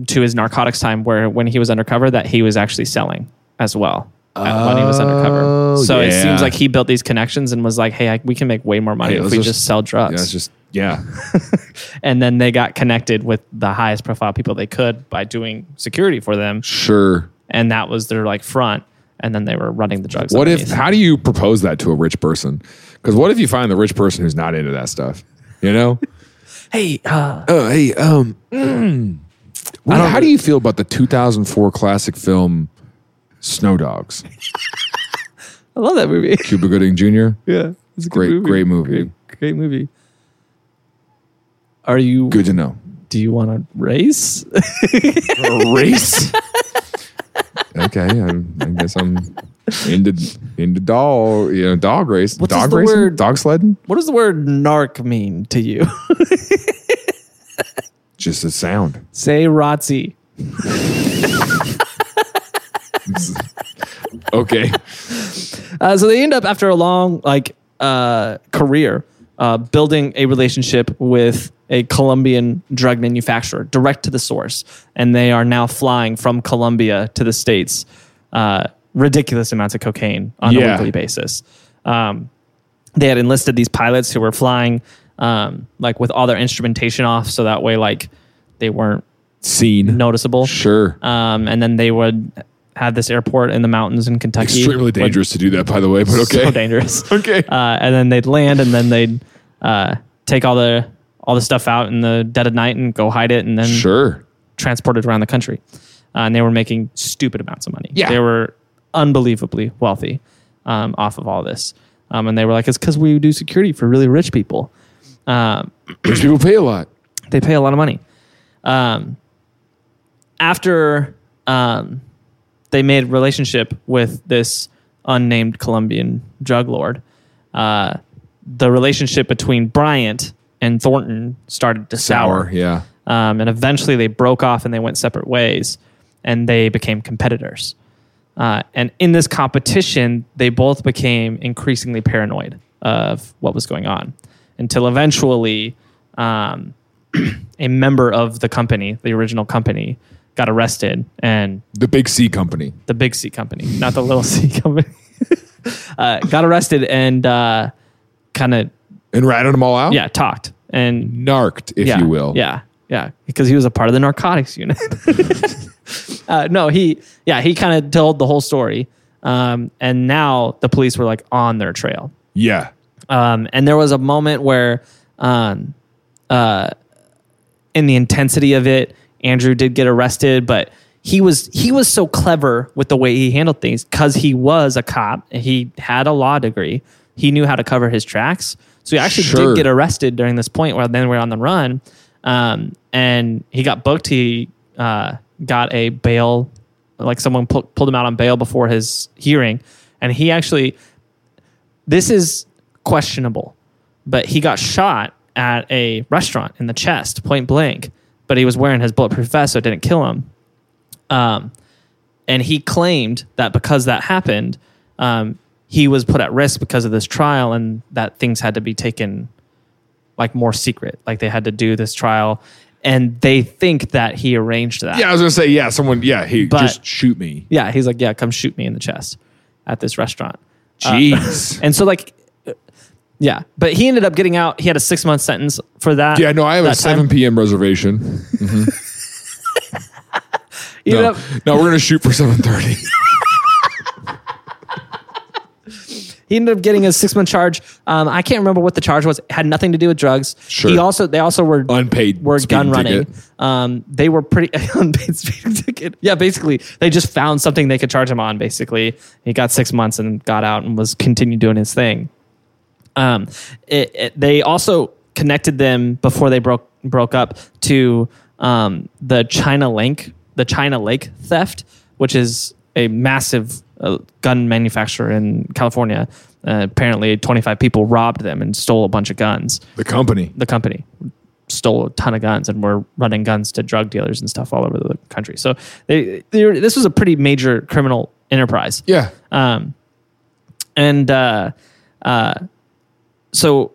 Speaker 1: to his narcotics time where when he was undercover that he was actually selling as well at- when he was undercover. So it
Speaker 2: Oh, yeah.
Speaker 1: seems like he built these connections and was like, hey, I, we can make way more money
Speaker 2: Hey,
Speaker 1: if
Speaker 2: let's
Speaker 1: we
Speaker 2: just-
Speaker 1: just, sell
Speaker 2: Yeah, it's
Speaker 1: drugs.
Speaker 2: just yeah.
Speaker 1: and then they got connected with the highest profile people they could by doing security for them.
Speaker 2: Sure.
Speaker 1: And that was their like front. And then they were running the drugs.
Speaker 2: What if
Speaker 1: underneath.
Speaker 2: how do you propose that to a rich person? Because what if you find the rich person who's not into that stuff? You know?
Speaker 1: hey, uh,
Speaker 2: Oh, hey, um mm. What- how do you feel about the 2004 classic film Snow Dogs?
Speaker 1: I love that movie.
Speaker 2: Cuba Gooding Jr.
Speaker 1: yeah. It's a
Speaker 2: Great, great movie.
Speaker 1: Great movie. Are you
Speaker 2: Good to know.
Speaker 1: do you want to race?
Speaker 2: race. okay, I'm, I guess I'm into into dog, you know, dog race,
Speaker 1: What does
Speaker 2: dog
Speaker 1: the
Speaker 2: racing,
Speaker 1: word-
Speaker 2: dog sledding.
Speaker 1: What does the word narc mean to you?
Speaker 2: Just a sound.
Speaker 1: Say ROTC.
Speaker 2: Okay,
Speaker 1: Uh, so they end up after a long like uh, career uh, building a relationship with a Colombian drug manufacturer direct to the source, and they are now flying from Colombia to the states, uh, ridiculous amounts of cocaine on
Speaker 2: Yeah.
Speaker 1: a weekly basis. Um, they had enlisted these pilots who were flying um, like with all their instrumentation off, so that way like they weren't
Speaker 2: scene.
Speaker 1: noticeable.
Speaker 2: sure.
Speaker 1: Um, and then they would have this airport in the mountains in Kentucky.
Speaker 2: Extremely
Speaker 1: Would-
Speaker 2: dangerous to do that, by the way. But okay,
Speaker 1: so dangerous.
Speaker 2: Okay.
Speaker 1: Uh, and then they'd land, and then they'd uh, take all the all the stuff out in the dead of night and go hide it, and then
Speaker 2: sure.
Speaker 1: transport it around the country. Uh, and they were making stupid amounts of money.
Speaker 2: Yeah.
Speaker 1: they were unbelievably wealthy um, off of all this. Um, and they were like, "It's because we do security for really rich people. Um,
Speaker 2: Rich people pay a lot.
Speaker 1: they pay a lot of money. Um, after um, they made relationship with this unnamed Colombian drug lord, uh, the relationship between Bryant and Thornton started to sour,
Speaker 2: yeah.
Speaker 1: um, and eventually they broke off and they went separate ways, and they became competitors. Uh, and in this competition, they both became increasingly paranoid of what was going on, until eventually, um, a member of the company, the original company, got arrested, and
Speaker 2: The Big C Company.
Speaker 1: the big C company, not the little C company, uh, got arrested and uh, kind of
Speaker 2: And ratted them all out?
Speaker 1: yeah talked and
Speaker 2: Narked, if
Speaker 1: yeah,
Speaker 2: you will.
Speaker 1: Yeah, yeah, because he was a part of the narcotics unit. uh, no, he, yeah, he kind of told the whole story, um, and now the police were like on their trail.
Speaker 2: Yeah.
Speaker 1: Um, and there was a moment where, um, uh, in the intensity of it, Andrew did get arrested, but he was he was so clever with the way he handled things because he was a cop. and He had a law degree. He knew how to cover his tracks. So he actually
Speaker 2: Sure.
Speaker 1: did get arrested during this point where then we're on the run, um, and he got booked. He uh, got a bail, like someone pu- pulled him out on bail before his hearing, and he actually this is questionable, but he got shot at a restaurant in the chest, point blank. But he was wearing his bulletproof vest, so it didn't kill him. Um, and he claimed that because that happened, um, he was put at risk because of this trial, and that things had to be taken like more secret. Like they had to do this trial and they think that he arranged that.
Speaker 2: Yeah, I was gonna say, yeah, someone, yeah, hey,
Speaker 1: But-
Speaker 2: just shoot me.
Speaker 1: Yeah, he's like, yeah, come shoot me in the chest at this restaurant. Uh,
Speaker 2: Jeez.
Speaker 1: And so like, uh, yeah, but he ended up getting out. He had a six month sentence for that.
Speaker 2: yeah, no, I have a
Speaker 1: that time.
Speaker 2: 7 p.m. reservation. Mhm.
Speaker 1: He ended
Speaker 2: No,
Speaker 1: up-
Speaker 2: no, we're gonna shoot for 7:30.
Speaker 1: He ended up getting a six month charge. Um, I can't remember what the charge was. It had nothing to do with drugs.
Speaker 2: Sure. Oh,
Speaker 1: He also they also were
Speaker 2: Unpaid
Speaker 1: were
Speaker 2: speeding
Speaker 1: gun running.
Speaker 2: ticket.
Speaker 1: Um, they were pretty unpaid speeding ticket. Yeah, basically they just found something they could charge him on. Basically, he got six months and got out and was continued doing his thing. Um, it, it- they also connected them before they broke broke up to um, the China Link, the China Lake theft, which is a massive uh, gun manufacturer in California. Uh, apparently, 25 people robbed them and stole a bunch of guns.
Speaker 2: the company.
Speaker 1: The company stole a ton of guns and were running guns to drug dealers and stuff all over the country. So they, they were- this was a pretty major criminal enterprise
Speaker 2: Yeah.
Speaker 1: um, and uh, uh, so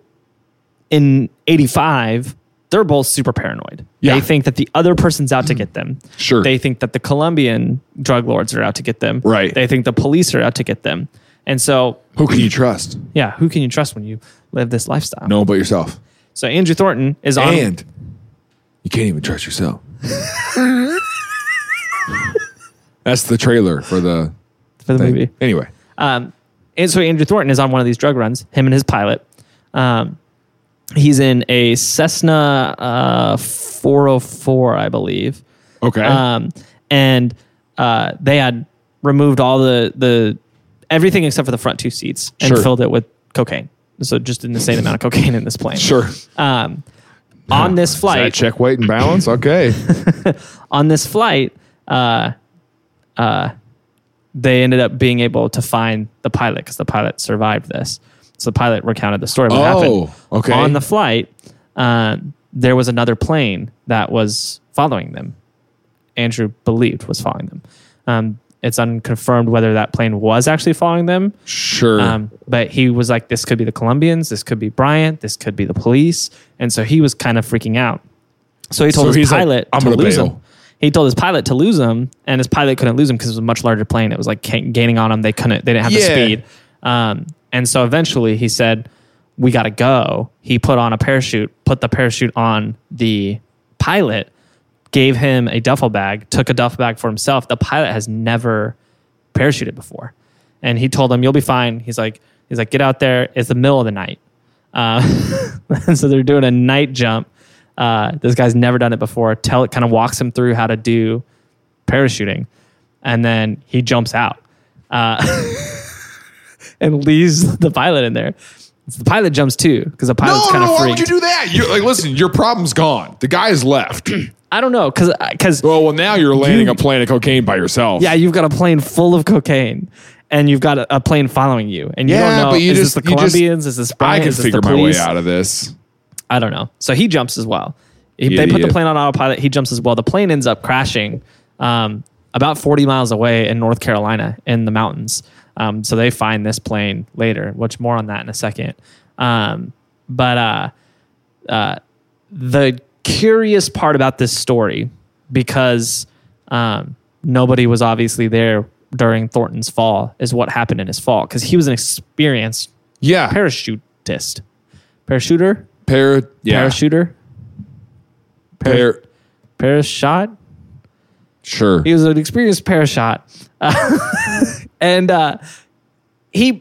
Speaker 1: in 85 they're both super paranoid
Speaker 2: Yeah. Mm-hmm.
Speaker 1: they think that the other person's out to get them
Speaker 2: Sure.
Speaker 1: they think that the colombian drug lords are out to get them
Speaker 2: Right.
Speaker 1: they think the police are out to get them and so
Speaker 2: Who can you trust?
Speaker 1: yeah who can you trust when you live this lifestyle
Speaker 2: No one but yourself.
Speaker 1: so andrew thornton is on
Speaker 2: And you can't even trust yourself. That's the trailer for the
Speaker 1: for the
Speaker 2: thing.
Speaker 1: movie
Speaker 2: Anyway,
Speaker 1: and so Andrew Thornton is on one of these drug runs. Him and his pilot. Um, he's in a Cessna uh, 404, I believe.
Speaker 2: okay.
Speaker 1: Um, and uh, they had removed all the the everything except for the front two seats and
Speaker 2: Sure.
Speaker 1: filled it with cocaine. So just an insane amount of cocaine in this plane.
Speaker 2: sure.
Speaker 1: Um, on this
Speaker 2: Did I
Speaker 1: flight,
Speaker 2: check weight and balance? Okay.
Speaker 1: on this flight, uh, uh, they ended up being able to find the pilot because the pilot survived this. So the pilot recounted the story. What
Speaker 2: Oh,
Speaker 1: happened?
Speaker 2: okay.
Speaker 1: On the flight, uh, there was another plane that was following them. Andrew believed was following them. Um, it's unconfirmed whether that plane was actually following them.
Speaker 2: Sure.
Speaker 1: Um, but he was like, this could be the Colombians, this could be Bryant, this could be the police. And so he was kind of freaking out. So he told
Speaker 2: So
Speaker 1: his
Speaker 2: he's like,
Speaker 1: pilot
Speaker 2: "I'm
Speaker 1: to
Speaker 2: gonna
Speaker 1: lose
Speaker 2: bail."
Speaker 1: him. He told his pilot to lose him, and his pilot couldn't lose him because it was a much larger plane. It was like ca- gaining on him. They couldn't. They didn't have
Speaker 2: Yeah.
Speaker 1: the speed. Um, and so eventually he said, "We got to go." He put on a parachute, put the parachute on the pilot, gave him a duffel bag, took a duffel bag for himself. The pilot has never parachuted before. And he told him, "You'll be fine." He's like, "He's like, get out there. It's the middle of the night." Uh, and so they're doing a night jump. Uh, this guy's never done it before. Tell it kind of walks him through how to do parachuting, and then he jumps out uh, and leaves the pilot in there. The pilot jumps too because the pilot's
Speaker 2: no,
Speaker 1: kind
Speaker 2: Oh, no,
Speaker 1: of
Speaker 2: why
Speaker 1: freaked.
Speaker 2: would you do that? You're like, listen, your problem's gone. The guy's left.
Speaker 1: I don't know because because
Speaker 2: well, well, now you're landing a plane of cocaine by yourself.
Speaker 1: Yeah, you've got a plane full of cocaine, and you've got a, a plane following you, and you
Speaker 2: Yeah,
Speaker 1: don't know.
Speaker 2: but you
Speaker 1: is
Speaker 2: just-
Speaker 1: this the
Speaker 2: you just-
Speaker 1: Colombians? is this
Speaker 2: I
Speaker 1: Brian?
Speaker 2: can
Speaker 1: is this
Speaker 2: figure
Speaker 1: the
Speaker 2: my way
Speaker 1: police?
Speaker 2: out of this.
Speaker 1: I don't know. So he jumps as well. He-
Speaker 2: You
Speaker 1: they put the
Speaker 2: idiot.
Speaker 1: plane on autopilot. He jumps as well. The plane ends up crashing um, about 40 miles away in North Carolina in the mountains. Um, so they find this plane later, which more on that in a second. Um, but uh, uh, the curious part about this story, because um, nobody was obviously there during Thornton's fall, is what happened in his fall because he was an experienced
Speaker 2: Yeah.
Speaker 1: parachutist, parachuter,
Speaker 2: Para- yeah.
Speaker 1: parachuter,
Speaker 2: Par-
Speaker 1: parashot.
Speaker 2: sure.
Speaker 1: He was an experienced parashot, and uh, he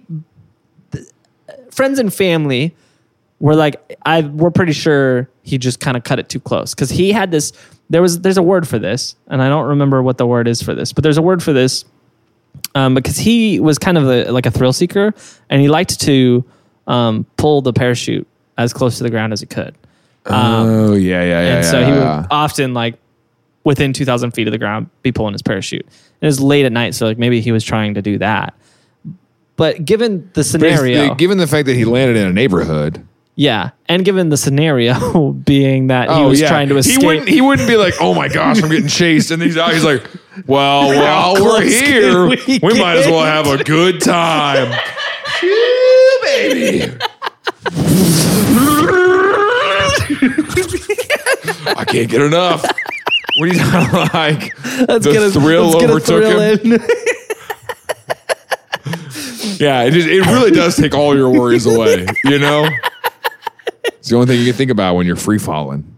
Speaker 1: th- friends and family were like, "I we're pretty sure he just kind of cut it too close because he had this. There was there's a word for this, and I don't remember what the word is for this, but there's a word for this um, because he was kind of a, like a thrill seeker, and he liked to um, pull the parachute as close to the ground as he could.
Speaker 2: oh, yeah, yeah, yeah.
Speaker 1: And so
Speaker 2: yeah,
Speaker 1: he
Speaker 2: yeah.
Speaker 1: would often like within 2,000 feet of the ground be pulling his parachute. And it was late at night, so like maybe he was trying to do that. But given the scenario,
Speaker 2: Given the fact that he landed in a neighborhood.
Speaker 1: yeah, and given the scenario being that he
Speaker 2: Oh,
Speaker 1: was
Speaker 2: yeah.
Speaker 1: trying to escape,
Speaker 2: He wouldn't. He wouldn't be like, "Oh my gosh, I'm getting chased," and he's out. He's like, "Well, while we're
Speaker 1: close can
Speaker 2: here,
Speaker 1: we
Speaker 2: we, might as well have a good time, Phew, baby." I can't get enough. What do you not like?
Speaker 1: Let's
Speaker 2: the
Speaker 1: get a
Speaker 2: thrill
Speaker 1: let's get a
Speaker 2: overtook
Speaker 1: thrill
Speaker 2: him.
Speaker 1: in.
Speaker 2: Yeah, it, just, it really does take all your worries away. You know, it's the only thing you can think about when you're free falling.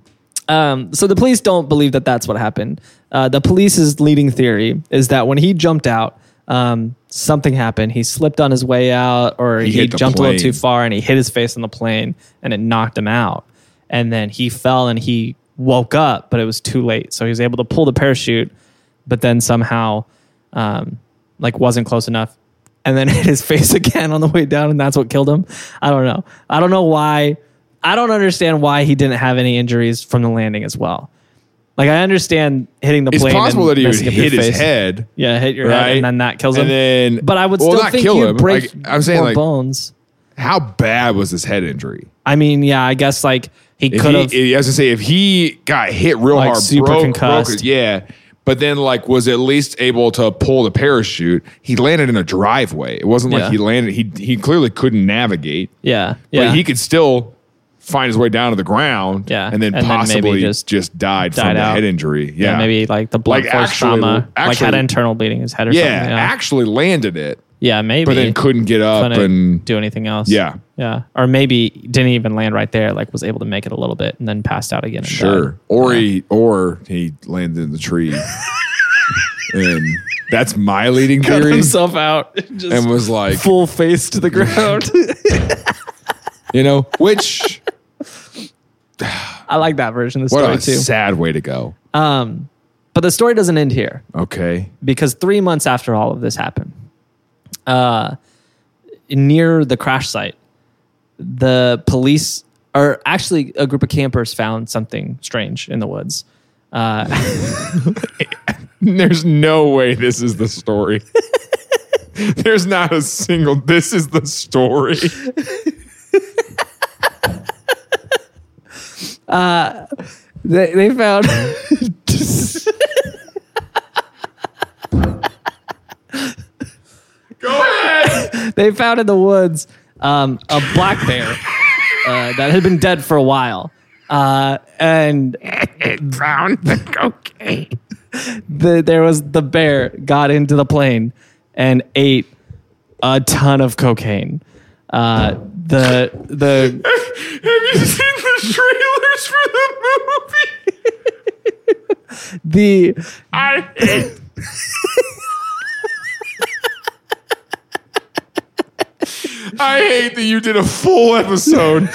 Speaker 1: Um, so the police don't believe that that's what happened. Uh, the police's leading theory is that when he jumped out, um, something happened. He slipped on his way out, or he,
Speaker 2: hit the
Speaker 1: jumped a
Speaker 2: plane.
Speaker 1: little too far, and he hit his face on the plane, and it knocked him out. And then he fell, and he woke up, but it was too late. So he was able to pull the parachute, but then somehow, um, like, wasn't close enough. And then hit his face again on the way down, and that's what killed him. I don't know. I don't know why. I don't understand why he didn't have any injuries from the landing as well. Like I understand hitting the
Speaker 2: It's
Speaker 1: plane.
Speaker 2: possible
Speaker 1: and
Speaker 2: that he would
Speaker 1: messing up your
Speaker 2: hit his
Speaker 1: face.
Speaker 2: head.
Speaker 1: Yeah, hit your head,
Speaker 2: Right?
Speaker 1: and then that kills him.
Speaker 2: And then-
Speaker 1: but I would
Speaker 2: well,
Speaker 1: still
Speaker 2: not
Speaker 1: think
Speaker 2: kill
Speaker 1: you
Speaker 2: him.
Speaker 1: break
Speaker 2: Like, I'm saying,
Speaker 1: more
Speaker 2: like-
Speaker 1: bones.
Speaker 2: How bad was his head injury?
Speaker 1: I mean, yeah, I guess like he
Speaker 2: If
Speaker 1: could have.
Speaker 2: he, I was gonna say if he got hit real
Speaker 1: Like,
Speaker 2: hard,
Speaker 1: super
Speaker 2: broke,
Speaker 1: concussed.
Speaker 2: broke it, yeah. But then, like, was at least able to pull the parachute. He landed in a driveway. It wasn't
Speaker 1: Yeah.
Speaker 2: like he landed. He he clearly couldn't navigate.
Speaker 1: Yeah,
Speaker 2: but
Speaker 1: yeah.
Speaker 2: he could still find his way down to the ground.
Speaker 1: Yeah,
Speaker 2: and then
Speaker 1: and then maybe
Speaker 2: possibly
Speaker 1: just
Speaker 2: just, died,
Speaker 1: died
Speaker 2: from the
Speaker 1: out.
Speaker 2: head injury. Yeah,
Speaker 1: yeah, maybe like the blood
Speaker 2: Like,
Speaker 1: force
Speaker 2: actually-
Speaker 1: trauma, like had
Speaker 2: actually-
Speaker 1: internal bleeding in his head or
Speaker 2: Yeah,
Speaker 1: something. Yeah,
Speaker 2: actually landed it,
Speaker 1: yeah, maybe.
Speaker 2: but then couldn't get up
Speaker 1: couldn't
Speaker 2: and
Speaker 1: do anything else.
Speaker 2: Yeah.
Speaker 1: yeah, or maybe didn't even land right there. Like was able to make it a little bit and then passed out again. and
Speaker 2: Sure.
Speaker 1: died.
Speaker 2: Or he or he landed in the tree. and that's my leading
Speaker 1: Cut
Speaker 2: theory.
Speaker 1: himself out. Just
Speaker 2: And was like,
Speaker 1: full face to the ground.
Speaker 2: you know, which
Speaker 1: I like that version of the
Speaker 2: what
Speaker 1: story
Speaker 2: a
Speaker 1: too.
Speaker 2: sad way to go.
Speaker 1: Um, but the story doesn't end here
Speaker 2: Okay.
Speaker 1: because three months after all of this happened, uh, near the crash site, the police or actually a group of campers found something strange in the woods.
Speaker 2: There's no way this is the story. There's not a single this is the story.
Speaker 1: They, they found
Speaker 2: Go ahead.
Speaker 1: they found in the woods um, a black bear uh, that had been dead for a while. Uh, and
Speaker 2: Found the cocaine.
Speaker 1: the, there was the bear got into the plane and ate a ton of cocaine. Uh, the the
Speaker 2: Have you seen the trailers for the movie?
Speaker 1: the
Speaker 2: I I hate that you did a full episode.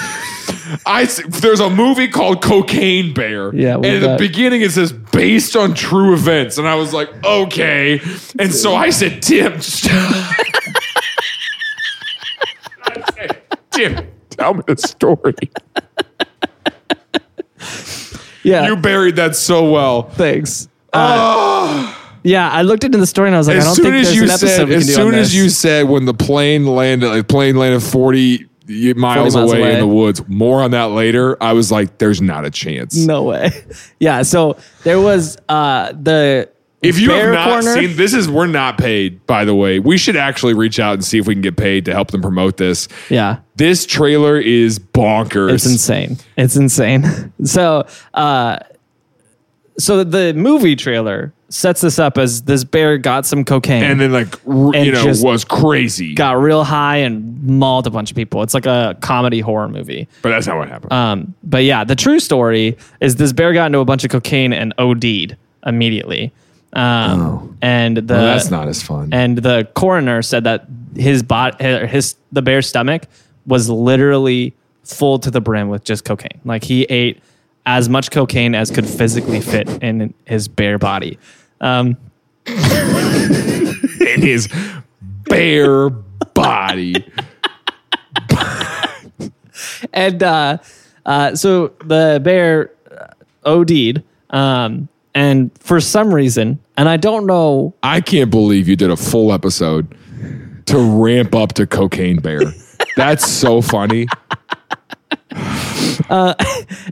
Speaker 2: I s- there's a movie called Cocaine Bear.
Speaker 1: Yeah,
Speaker 2: and
Speaker 1: what
Speaker 2: at the
Speaker 1: about-
Speaker 2: beginning it says based on true events, and I was like, okay. And so I said, Tim, stop." I said, Tim, tell me the story.
Speaker 1: yeah
Speaker 2: You buried that so well. Oh,
Speaker 1: thanks. Uh, yeah, I looked into the story and I was like, I don't
Speaker 2: as soon
Speaker 1: think
Speaker 2: as
Speaker 1: there's
Speaker 2: you
Speaker 1: an episode
Speaker 2: said,
Speaker 1: we can
Speaker 2: as
Speaker 1: do
Speaker 2: soon
Speaker 1: on
Speaker 2: as
Speaker 1: this.
Speaker 2: you said, when the plane landed, like plane landed forty y- miles,
Speaker 1: miles
Speaker 2: away,
Speaker 1: away.
Speaker 2: in the woods. More on that later. I was like, "There's not a chance."
Speaker 1: no way. Yeah, so there was uh, the
Speaker 2: if you have
Speaker 1: bear
Speaker 2: not
Speaker 1: corner.
Speaker 2: seen this, is we're not paid. By the way, we should actually reach out and see if we can get paid to help them promote this.
Speaker 1: yeah,
Speaker 2: This trailer is bonkers.
Speaker 1: It's insane. It's insane. So, uh, so the movie trailer sets this up as this bear got some cocaine
Speaker 2: and then like r-
Speaker 1: And
Speaker 2: you know
Speaker 1: just
Speaker 2: was crazy,
Speaker 1: got real high and mauled a bunch of people. It's like a comedy horror movie.
Speaker 2: but that's not what happened.
Speaker 1: Um, but yeah, the true story is this bear got into a bunch of cocaine and OD'd immediately. Um, and the
Speaker 2: Oh. Well, that's not as fun.
Speaker 1: and the coroner said that his bot his the bear's stomach was literally full to the brim with just cocaine like he ate as much cocaine as could physically fit in his bare body um,
Speaker 2: in his bare body.
Speaker 1: and uh, uh, so the bear uh, OD'd um, and for some reason and I don't know
Speaker 2: I can't believe you did a full episode to ramp up to Cocaine Bear. That's so funny.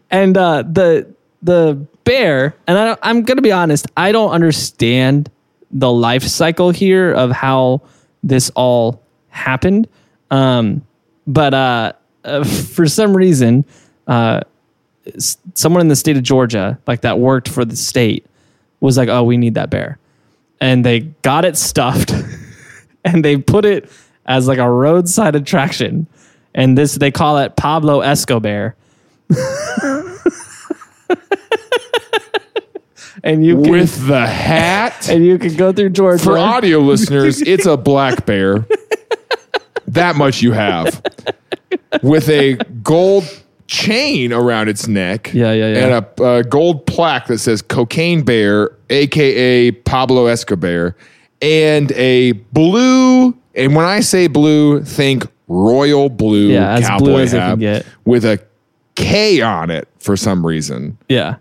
Speaker 1: and uh, the the bear and I don't, I'm gonna be honest I don't understand the life cycle here of how this all happened um, but uh, uh, for some reason uh, s- someone in the state of Georgia, like that worked for the state, was like, "Oh, we need that bear," and they got it stuffed, and they put it as like a roadside attraction, and this they call it Pablo Escobar. and you can,
Speaker 2: with the hat.
Speaker 1: and you can go through Georgia.
Speaker 2: For audio listeners, it's a black bear. That much you have. With a gold chain around its neck.
Speaker 1: Yeah, yeah, yeah.
Speaker 2: And a, a gold plaque that says Cocaine Bear, AKA Pablo Escobar, and a blue, and when I say blue, think royal blue
Speaker 1: Yeah, as
Speaker 2: cowboy
Speaker 1: blue as it
Speaker 2: hat
Speaker 1: can get.
Speaker 2: with a K on it for some reason.
Speaker 1: yeah.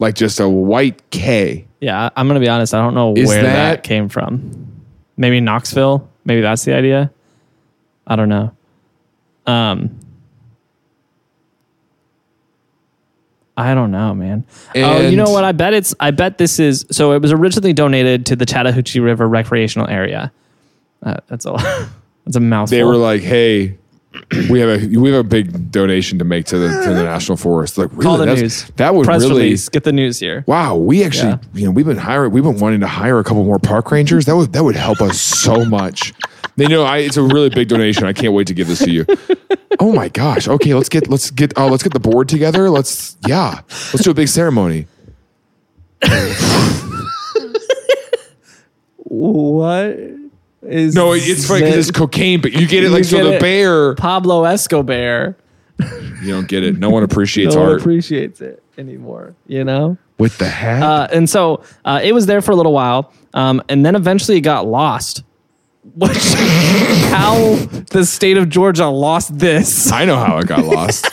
Speaker 2: Like just a white K.
Speaker 1: Yeah, I- I'm gonna be honest. I don't know
Speaker 2: Is
Speaker 1: where that,
Speaker 2: that-
Speaker 1: came from. Maybe Knoxville. Maybe that's the idea. I don't know. Um, I don't know, man. oh, you
Speaker 2: And-
Speaker 1: know what? I bet it's. I bet this is. So it was originally donated to the Chattahoochee River Recreational Area. Uh, that's a. that's a mouthful.
Speaker 2: they were like, "Hey, we have a we have a big donation to make to the to the national forest." Like, really,
Speaker 1: Call the
Speaker 2: That's-
Speaker 1: news.
Speaker 2: that would
Speaker 1: press
Speaker 2: really.
Speaker 1: release. Get the news here.
Speaker 2: Wow, we actually,
Speaker 1: Yeah.
Speaker 2: you know, we've been hiring, we've been wanting to hire a couple more park rangers. That would that would help us so much. They know I, it's a really big donation. I can't wait to give this to you. Oh my gosh! Okay, let's get let's get uh, let's get the board together. Let's yeah, let's do a big ceremony.
Speaker 1: What is?
Speaker 2: No, it- it's funny because it's cocaine, but you get it like
Speaker 1: You
Speaker 2: so
Speaker 1: get
Speaker 2: the
Speaker 1: it.
Speaker 2: bear.
Speaker 1: Pablo Escobar.
Speaker 2: You don't get it. No one appreciates
Speaker 1: no one
Speaker 2: art
Speaker 1: appreciates it anymore. You know.
Speaker 2: with the hat.
Speaker 1: Uh, and so uh, it was there for a little while, um, and then eventually it got lost. Which how the state of Georgia lost this?
Speaker 2: I know how it got lost.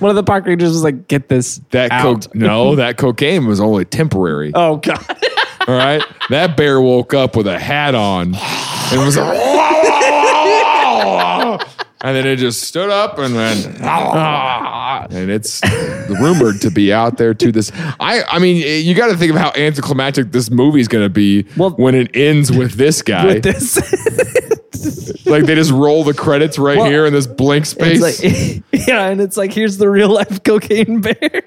Speaker 1: One of the park rangers was like, "Get this
Speaker 2: That
Speaker 1: out."
Speaker 2: co- no, that cocaine was only temporary.
Speaker 1: oh god!
Speaker 2: All right, that bear woke up with a hat on and was like, and then it just stood up and went, and it's rumored to be out there to this. I, I mean, eh, you got to think of how anticlimactic this movie's going to be
Speaker 1: Well-
Speaker 2: when it ends with this guy.
Speaker 1: With this,
Speaker 2: Like they just roll the credits right
Speaker 1: Well,
Speaker 2: here in this blank space.
Speaker 1: it's like yeah, and it's like here's the real life cocaine bear.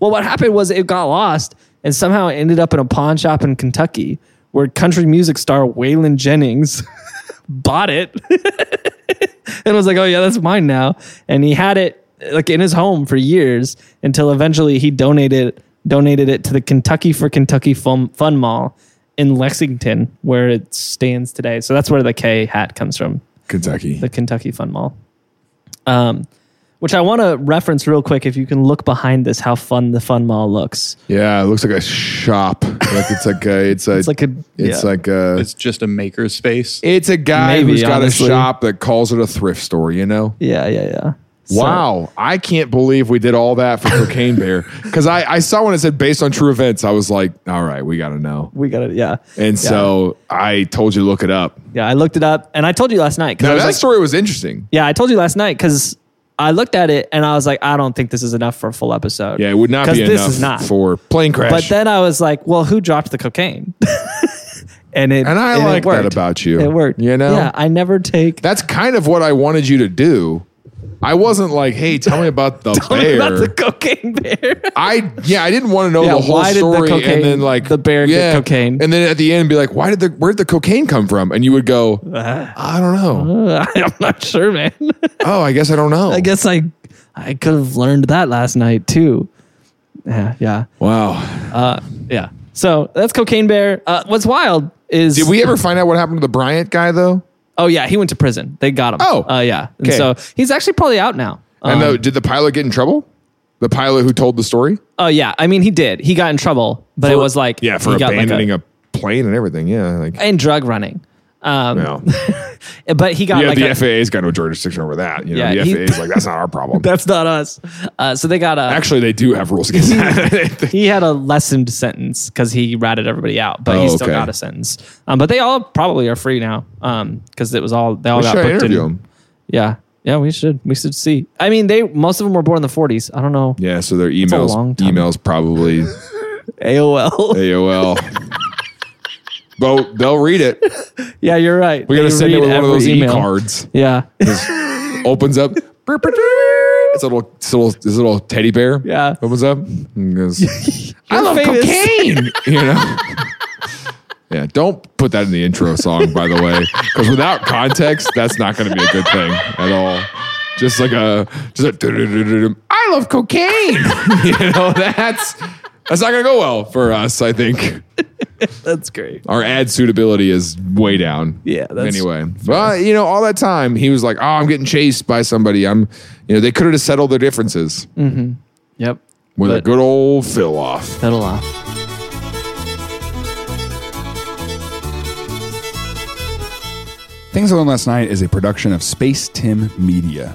Speaker 1: well, what happened was it got lost and somehow it ended up in a pawn shop in Kentucky where country music star Waylon Jennings bought it and was like, "Oh yeah, that's mine now." And he had it like in his home for years until eventually he donated donated it to the Kentucky for Kentucky Fun, Fun Mall in Lexington where it stands today. So that's where the K hat comes from
Speaker 2: Kentucky.
Speaker 1: the Kentucky Fun Mall. Um, which I want to reference real quick. If you can look behind this, how fun the Fun Mall looks.
Speaker 2: Yeah, it looks like a shop. Like it's like a, it's a,
Speaker 1: It's like a
Speaker 2: it's
Speaker 1: yeah.
Speaker 2: like a,
Speaker 5: It's just a maker space.
Speaker 2: It's a guy
Speaker 1: Maybe,
Speaker 2: who's got
Speaker 1: honestly.
Speaker 2: a shop that calls it a thrift store, you know?
Speaker 1: yeah yeah yeah. So-
Speaker 2: Wow. I can't believe we did all that for Cocaine Bear. Because I, I saw when it said based on true events, I was like, all right, we got to know.
Speaker 1: we got it. Yeah
Speaker 2: And
Speaker 1: Yeah.
Speaker 2: so I told you to look it up.
Speaker 1: yeah. I looked it up and I told you last night because I
Speaker 2: Now,
Speaker 1: was
Speaker 2: that
Speaker 1: like,
Speaker 2: story was interesting.
Speaker 1: yeah, I told you last night because I looked at it and I was like, I don't think this is enough for a full episode.
Speaker 2: Yeah, it would not
Speaker 1: 'Cause
Speaker 2: be
Speaker 1: this
Speaker 2: enough
Speaker 1: is not.
Speaker 2: for plane crash.
Speaker 1: But then I was like, well, who dropped the cocaine? and it
Speaker 2: and I
Speaker 1: it
Speaker 2: like that
Speaker 1: worked.
Speaker 2: about you.
Speaker 1: It worked.
Speaker 2: You know?
Speaker 1: Yeah, I never take.
Speaker 2: That's kind of what I wanted you to do. I wasn't like, hey, tell me about the
Speaker 1: Tell me
Speaker 2: bear.
Speaker 1: about the cocaine bear.
Speaker 2: I yeah, I didn't want to know
Speaker 1: Yeah,
Speaker 2: the whole
Speaker 1: why did the
Speaker 2: story,
Speaker 1: cocaine-
Speaker 2: and then like
Speaker 1: the bear get cocaine?
Speaker 2: and then at the end be like, why did the where did the cocaine come from? And you would go,
Speaker 1: Uh-huh.
Speaker 2: I don't know.
Speaker 1: I'm not sure, man.
Speaker 2: Oh, I guess I don't know.
Speaker 1: I guess I I could have learned that last night too. Yeah, yeah,
Speaker 2: Wow.
Speaker 1: yeah. So that's Cocaine Bear. Uh, what's wild is
Speaker 2: Did we ever find out what happened to the Bryant guy though?
Speaker 1: Oh yeah, he went to prison. They got him.
Speaker 2: Oh,
Speaker 1: uh, yeah. And
Speaker 2: okay.
Speaker 1: so he's actually probably out now. Um,
Speaker 2: and the, did the pilot get in trouble? The pilot who told the story?
Speaker 1: Oh yeah, I mean he did. He got in trouble, but it was like
Speaker 2: yeah for
Speaker 1: he got like,
Speaker 2: abandoning a, plane and everything. Yeah, like
Speaker 1: and drug running. Um,
Speaker 2: no.
Speaker 1: but he got
Speaker 2: yeah,
Speaker 1: like
Speaker 2: the
Speaker 1: a-
Speaker 2: FAA's got no jurisdiction over that. You know,
Speaker 1: Yeah,
Speaker 2: the
Speaker 1: he-
Speaker 2: FAA's like that's not our problem.
Speaker 1: that's not us. Uh, so they got a
Speaker 2: Actually, they do have rules against that.
Speaker 1: he had a lessened sentence because he ratted everybody out, but he
Speaker 2: Oh,
Speaker 1: still
Speaker 2: okay.
Speaker 1: got a sentence. Um, but they all probably are free now because it was all they all got
Speaker 2: Should I
Speaker 1: booked
Speaker 2: interview
Speaker 1: in.
Speaker 2: him?
Speaker 1: Yeah, yeah, we should we should see. I mean, they most of them were born in the forties. I don't know
Speaker 2: Yeah, so their
Speaker 1: a
Speaker 2: emails
Speaker 1: long time.
Speaker 2: emails probably
Speaker 1: AOL.
Speaker 2: AOL. but they'll read it.
Speaker 1: yeah, you're right.
Speaker 2: e We got to send it with one of those
Speaker 1: email
Speaker 2: e cards.
Speaker 1: Yeah,
Speaker 2: Opens up It's a little, it's a little, it's a little teddy bear.
Speaker 1: Yeah.
Speaker 2: opens up. And goes, I love
Speaker 1: famous."
Speaker 2: cocaine. You know. Yeah, don't put that in the intro song, by the way, because without context, that's not going to be a good thing at all. Just like a, just a, "Du-du-du-du-du, I love cocaine. you know, that's that's not going to go well for us. I think
Speaker 1: That's great.
Speaker 2: our ad suitability is way down.
Speaker 1: Yeah, that's-
Speaker 2: anyway, well, you know, all that time he was like, "Oh, I'm getting chased by somebody." I'm, you know, they could have just settled their differences
Speaker 1: Yep.
Speaker 2: with a
Speaker 1: But-
Speaker 2: good old fill off.
Speaker 1: Pedal off.
Speaker 6: Things Alone Last Night is a production of Space Tim Media.